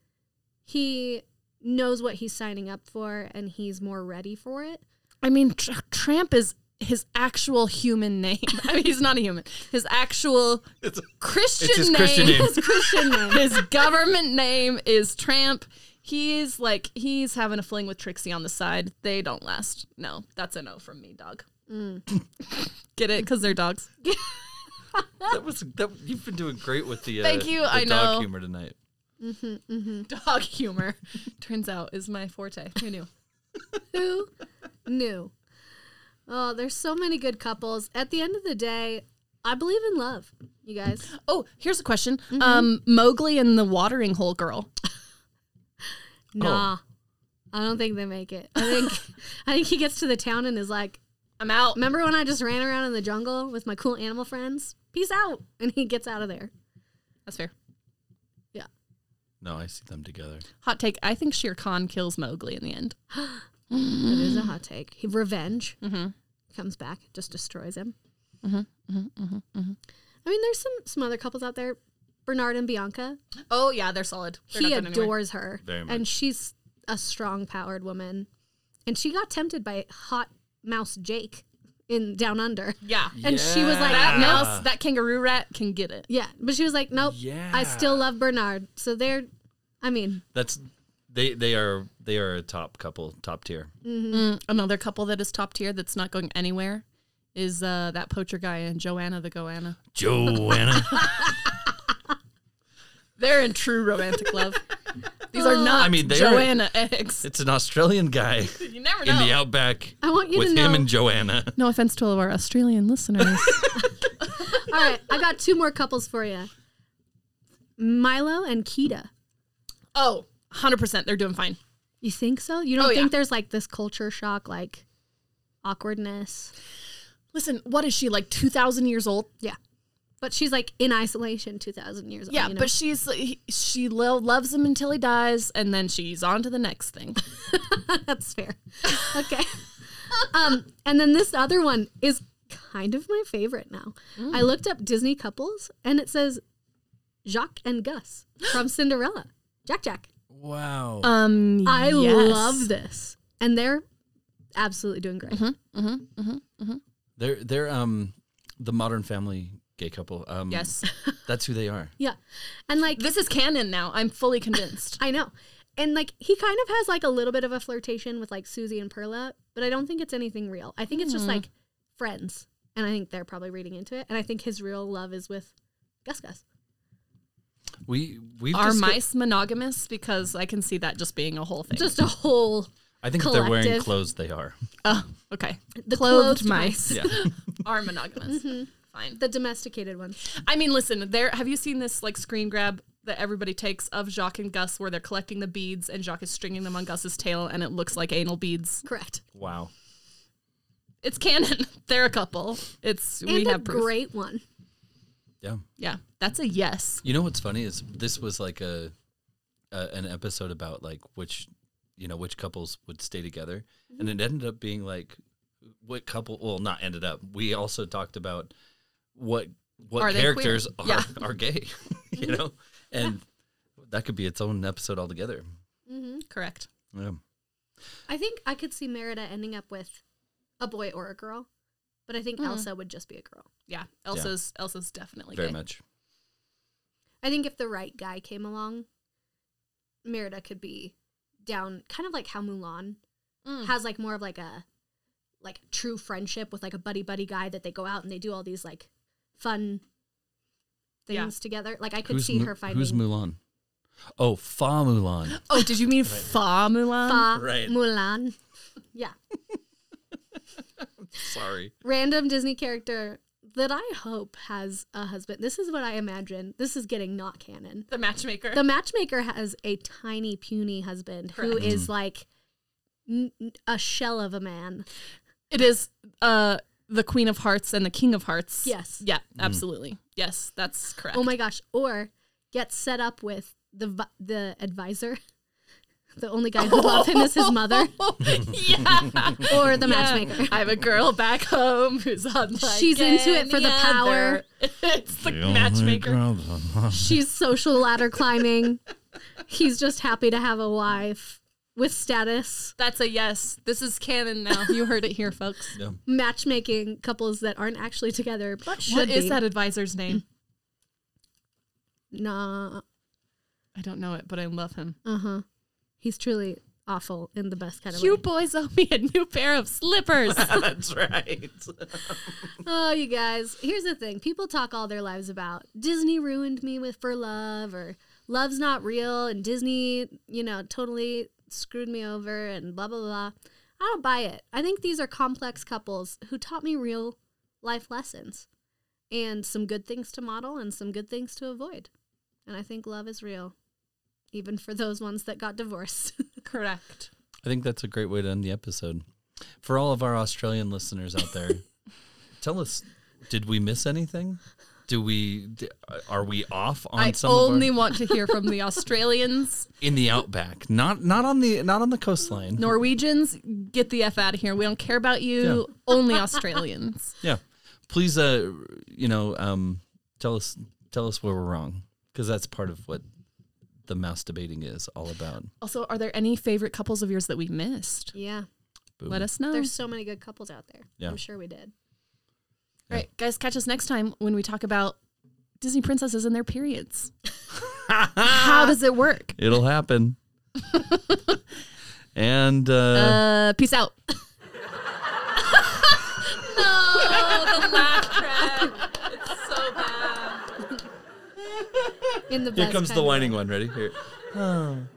C: he knows what he's signing up for and he's more ready for it.
A: I mean, tr- Tramp is his actual human name. [LAUGHS] I mean, he's not a human. His actual
B: It's-
A: Christian
B: it's his
A: name.
B: Christian name.
C: It's
B: [LAUGHS]
C: Christian name.
A: his government name is Tramp. He's like he's having a fling with Trixie on the side. They don't last. No, that's a no from me, dog.
B: Mm.
A: [LAUGHS] Get it? Because they're dogs.
B: that was that. You've been doing great with the. Uh,
A: Thank you,
B: the
A: I
B: dog
A: know.
B: humor tonight.
A: Dog humor, turns out, is my forte. Who knew?
C: Who knew? Oh, there's so many good couples. At the end of the day, I believe in love, you guys.
A: Oh, here's a question.
B: Mm-hmm.
A: Um, Mowgli and the watering hole girl.
C: Nah. I don't think they make it. I think I think he gets to the town and is like,
A: I'm out.
C: Remember when I just ran around in the jungle with my cool animal friends? Peace out. And he gets out of there.
A: That's fair.
B: No, I see them together.
A: Hot take. I think Shere Khan kills Mowgli in the end.
C: That is
A: Mm.
C: a hot take. He revenge
A: Mm-hmm.
C: comes back, just destroys him.
A: mm-hmm,
C: I mean, there's some some other couples out there. Bernard and Bianca.
A: Oh yeah, they're solid. They're
C: he
A: not going anywhere.
C: adores her,
B: Very much.
C: and she's a strong, powered woman. And she got tempted by hot mouse Jake in Down Under. [LAUGHS]
A: Yeah.
C: And she was like,
A: That
B: Yeah.
C: "Nope."
A: mouse, that kangaroo rat can get it.
C: Yeah, but she was like, "Nope, I still love Bernard." So they're, I mean,
B: That's they. They are they are a top couple, top tier.
A: Another couple that is top tier that's not going anywhere is uh, that poacher guy and Joanna the Goanna.
B: Joanna.
A: They're in true romantic [LAUGHS] love. These are not
B: I mean, they are-
A: Joanna eggs.
B: [LAUGHS] it's an Australian guy
A: [LAUGHS] You never
B: in
A: know.
B: the outback.
C: I want you
B: with
C: to know.
B: him and Joanna.
A: no offense to all of our Australian listeners.
C: all right, I got two more couples for you. Milo and Kita.
A: [LAUGHS] oh, 100%. They're doing fine.
C: You think so? You don't
A: Oh,
C: think
A: yeah.
C: there's like this culture shock, like awkwardness?
A: Listen, what is she, like 2,000 years old?
C: Yeah. But she's like in isolation 2,000 years old.
A: Yeah,
C: you know?
A: but she's he- she lo- loves him until he dies, and then she's on to the next thing.
C: [LAUGHS] That's fair. Okay. um, and then this other one is kind of my favorite now.
A: Mm.
C: I looked up Disney couples and it says Jacques and Gus
A: [GASPS]
C: from Cinderella. Jack Jack.
B: Wow.
A: [LAUGHS] Um,
C: I
A: yes.
C: love this. And they're absolutely doing great.
A: Mm-hmm.
B: They're they're um the modern family gay couple. Um
A: Yes,
B: That's who they are.
C: Yeah. And like,
A: this is canon now. I'm fully
C: [LAUGHS]
A: convinced.
C: I know. And like, he kind of has like a little bit of a flirtation with like Susie and Perla, but I don't think it's anything real. I think it's
A: Hmm.
C: just like friends. And I think they're probably reading into it. And I think his real love is with Gus Gus.
B: We we've
A: Are
B: discussed-
A: mice monogamous? Because I can see that just being a whole thing.
C: just a whole
B: I think if they're wearing
C: collective.
B: clothes they are.
A: oh, okay.
C: the Mm-hmm.
A: Clothed mice
B: Yeah.
A: [LAUGHS] are monogamous. Fine.
C: the domesticated ones.
A: I mean, listen, there have you seen this like screen grab that everybody takes of Jacques and Gus where they're collecting the beads and Jacques is stringing them on Gus's tail and it looks like anal beads.
C: Correct.
B: wow.
A: It's canon. [LAUGHS] They're a couple. It's we
C: and a
A: have proof.
C: great one.
B: Yeah.
A: yeah. That's a yes.
B: You know what's funny is this was like a, a an episode about like which you know which couples would stay together,
A: Mm-hmm.
B: and it ended up being like what couple. Well, not ended up. We also talked about what what
A: Are they queer?
B: characters are
A: Yeah.
B: [LAUGHS]
A: Mm-hmm.
B: are gay. you know, and that could be its own episode altogether.
A: Correct.
B: Yeah.
C: Mm-hmm. I think I could see Merida ending up with a boy or a girl, but I think
A: Hmm.
C: Elsa would just be a girl.
A: Yeah. Elsa's Elsa's definitely
B: Very
A: gay.
B: much.
C: I think if the right guy came along, Merida could be down kind of like how Mulan
A: Mm.
C: has like more of like a like true friendship with like a buddy buddy guy that they go out and they do all these like fun things
A: Yeah.
C: together. Like I could see
B: Mu-
C: her finding
B: Who's Mulan? Oh, Fa Mulan.
A: Oh, did you mean Fa Mulan? [LAUGHS]
C: Fa
B: Right.
C: Mulan. Yeah.
B: Sorry.
C: Random Disney character that I hope has a husband. This is what I imagine. This is getting not canon.
A: The matchmaker.
C: The matchmaker has a tiny, puny husband who
A: Correct.
B: Mm.
C: is like n- n- a shell of a man.
A: it is uh the Queen of Hearts and the King of Hearts.
C: Yes.
A: Yeah,
B: Mm-hmm.
A: absolutely. Yes, that's
C: [LAUGHS]
A: correct.
C: Oh my gosh. Or gets set up with the vi- the advisor [LAUGHS] The only guy who loves him is his mother
A: [LAUGHS] yeah.
C: or
A: Yeah.
C: the matchmaker.
A: I have a girl back home who's on like
C: She's into it for the power.
A: [LAUGHS] it's the matchmaker.
C: She's social ladder climbing. He's just happy to have a wife with status.
A: That's a yes. This is canon
C: [LAUGHS]
A: now. You heard it here, folks.
B: Yeah.
C: Matchmaking couples that aren't actually together but should
A: What is
C: be. Mm.
A: that advisor's name?
C: Nah.
A: I don't know it, but I love him.
C: Uh huh. He's truly awful in the best kind of
A: You
C: way.
A: boys owe me a new pair of
C: [LAUGHS]
A: slippers.
B: That's right.
C: Oh, you guys. Here's the thing. People talk all their lives about Disney ruined me with for love or love's not real and Disney, you know, totally screwed me over and blah blah blah. I don't buy it. I think these are complex couples who taught me real life lessons and some good things to model and some good things to avoid. And I think love is real even for those ones that got divorced. [LAUGHS]
A: Correct.
B: I think that's a great way to end the episode. For all of our Australian listeners out there, tell us: Did we miss anything? Do we? d- Are we off on
A: I
B: some
A: only
B: of our,
A: want to hear from the Australians,
B: in the outback? Not not on the not on the coastline.
A: Norwegians. Get the f out of here. We don't care about you. Only Australians.
B: Yeah, please. Uh, you know, um, tell us tell us where we're wrong because that's part of what the mouse debating is all about.
A: [LAUGHS] Also, are there any favorite couples of yours that we missed?
C: yeah.
B: Boom.
A: Let us know.
C: There's so many good couples out there.
B: Yeah.
C: I'm sure we did.
A: All right, guys, catch us next time when we talk about Disney princesses and their [LAUGHS] periods. How does it work?
B: It'll happen. and uh,
A: Uh, peace out. no, the laugh track. It's so bad.
C: In the
B: here
C: best
B: comes
C: kind
B: the
C: of way.
B: whining one. Ready here.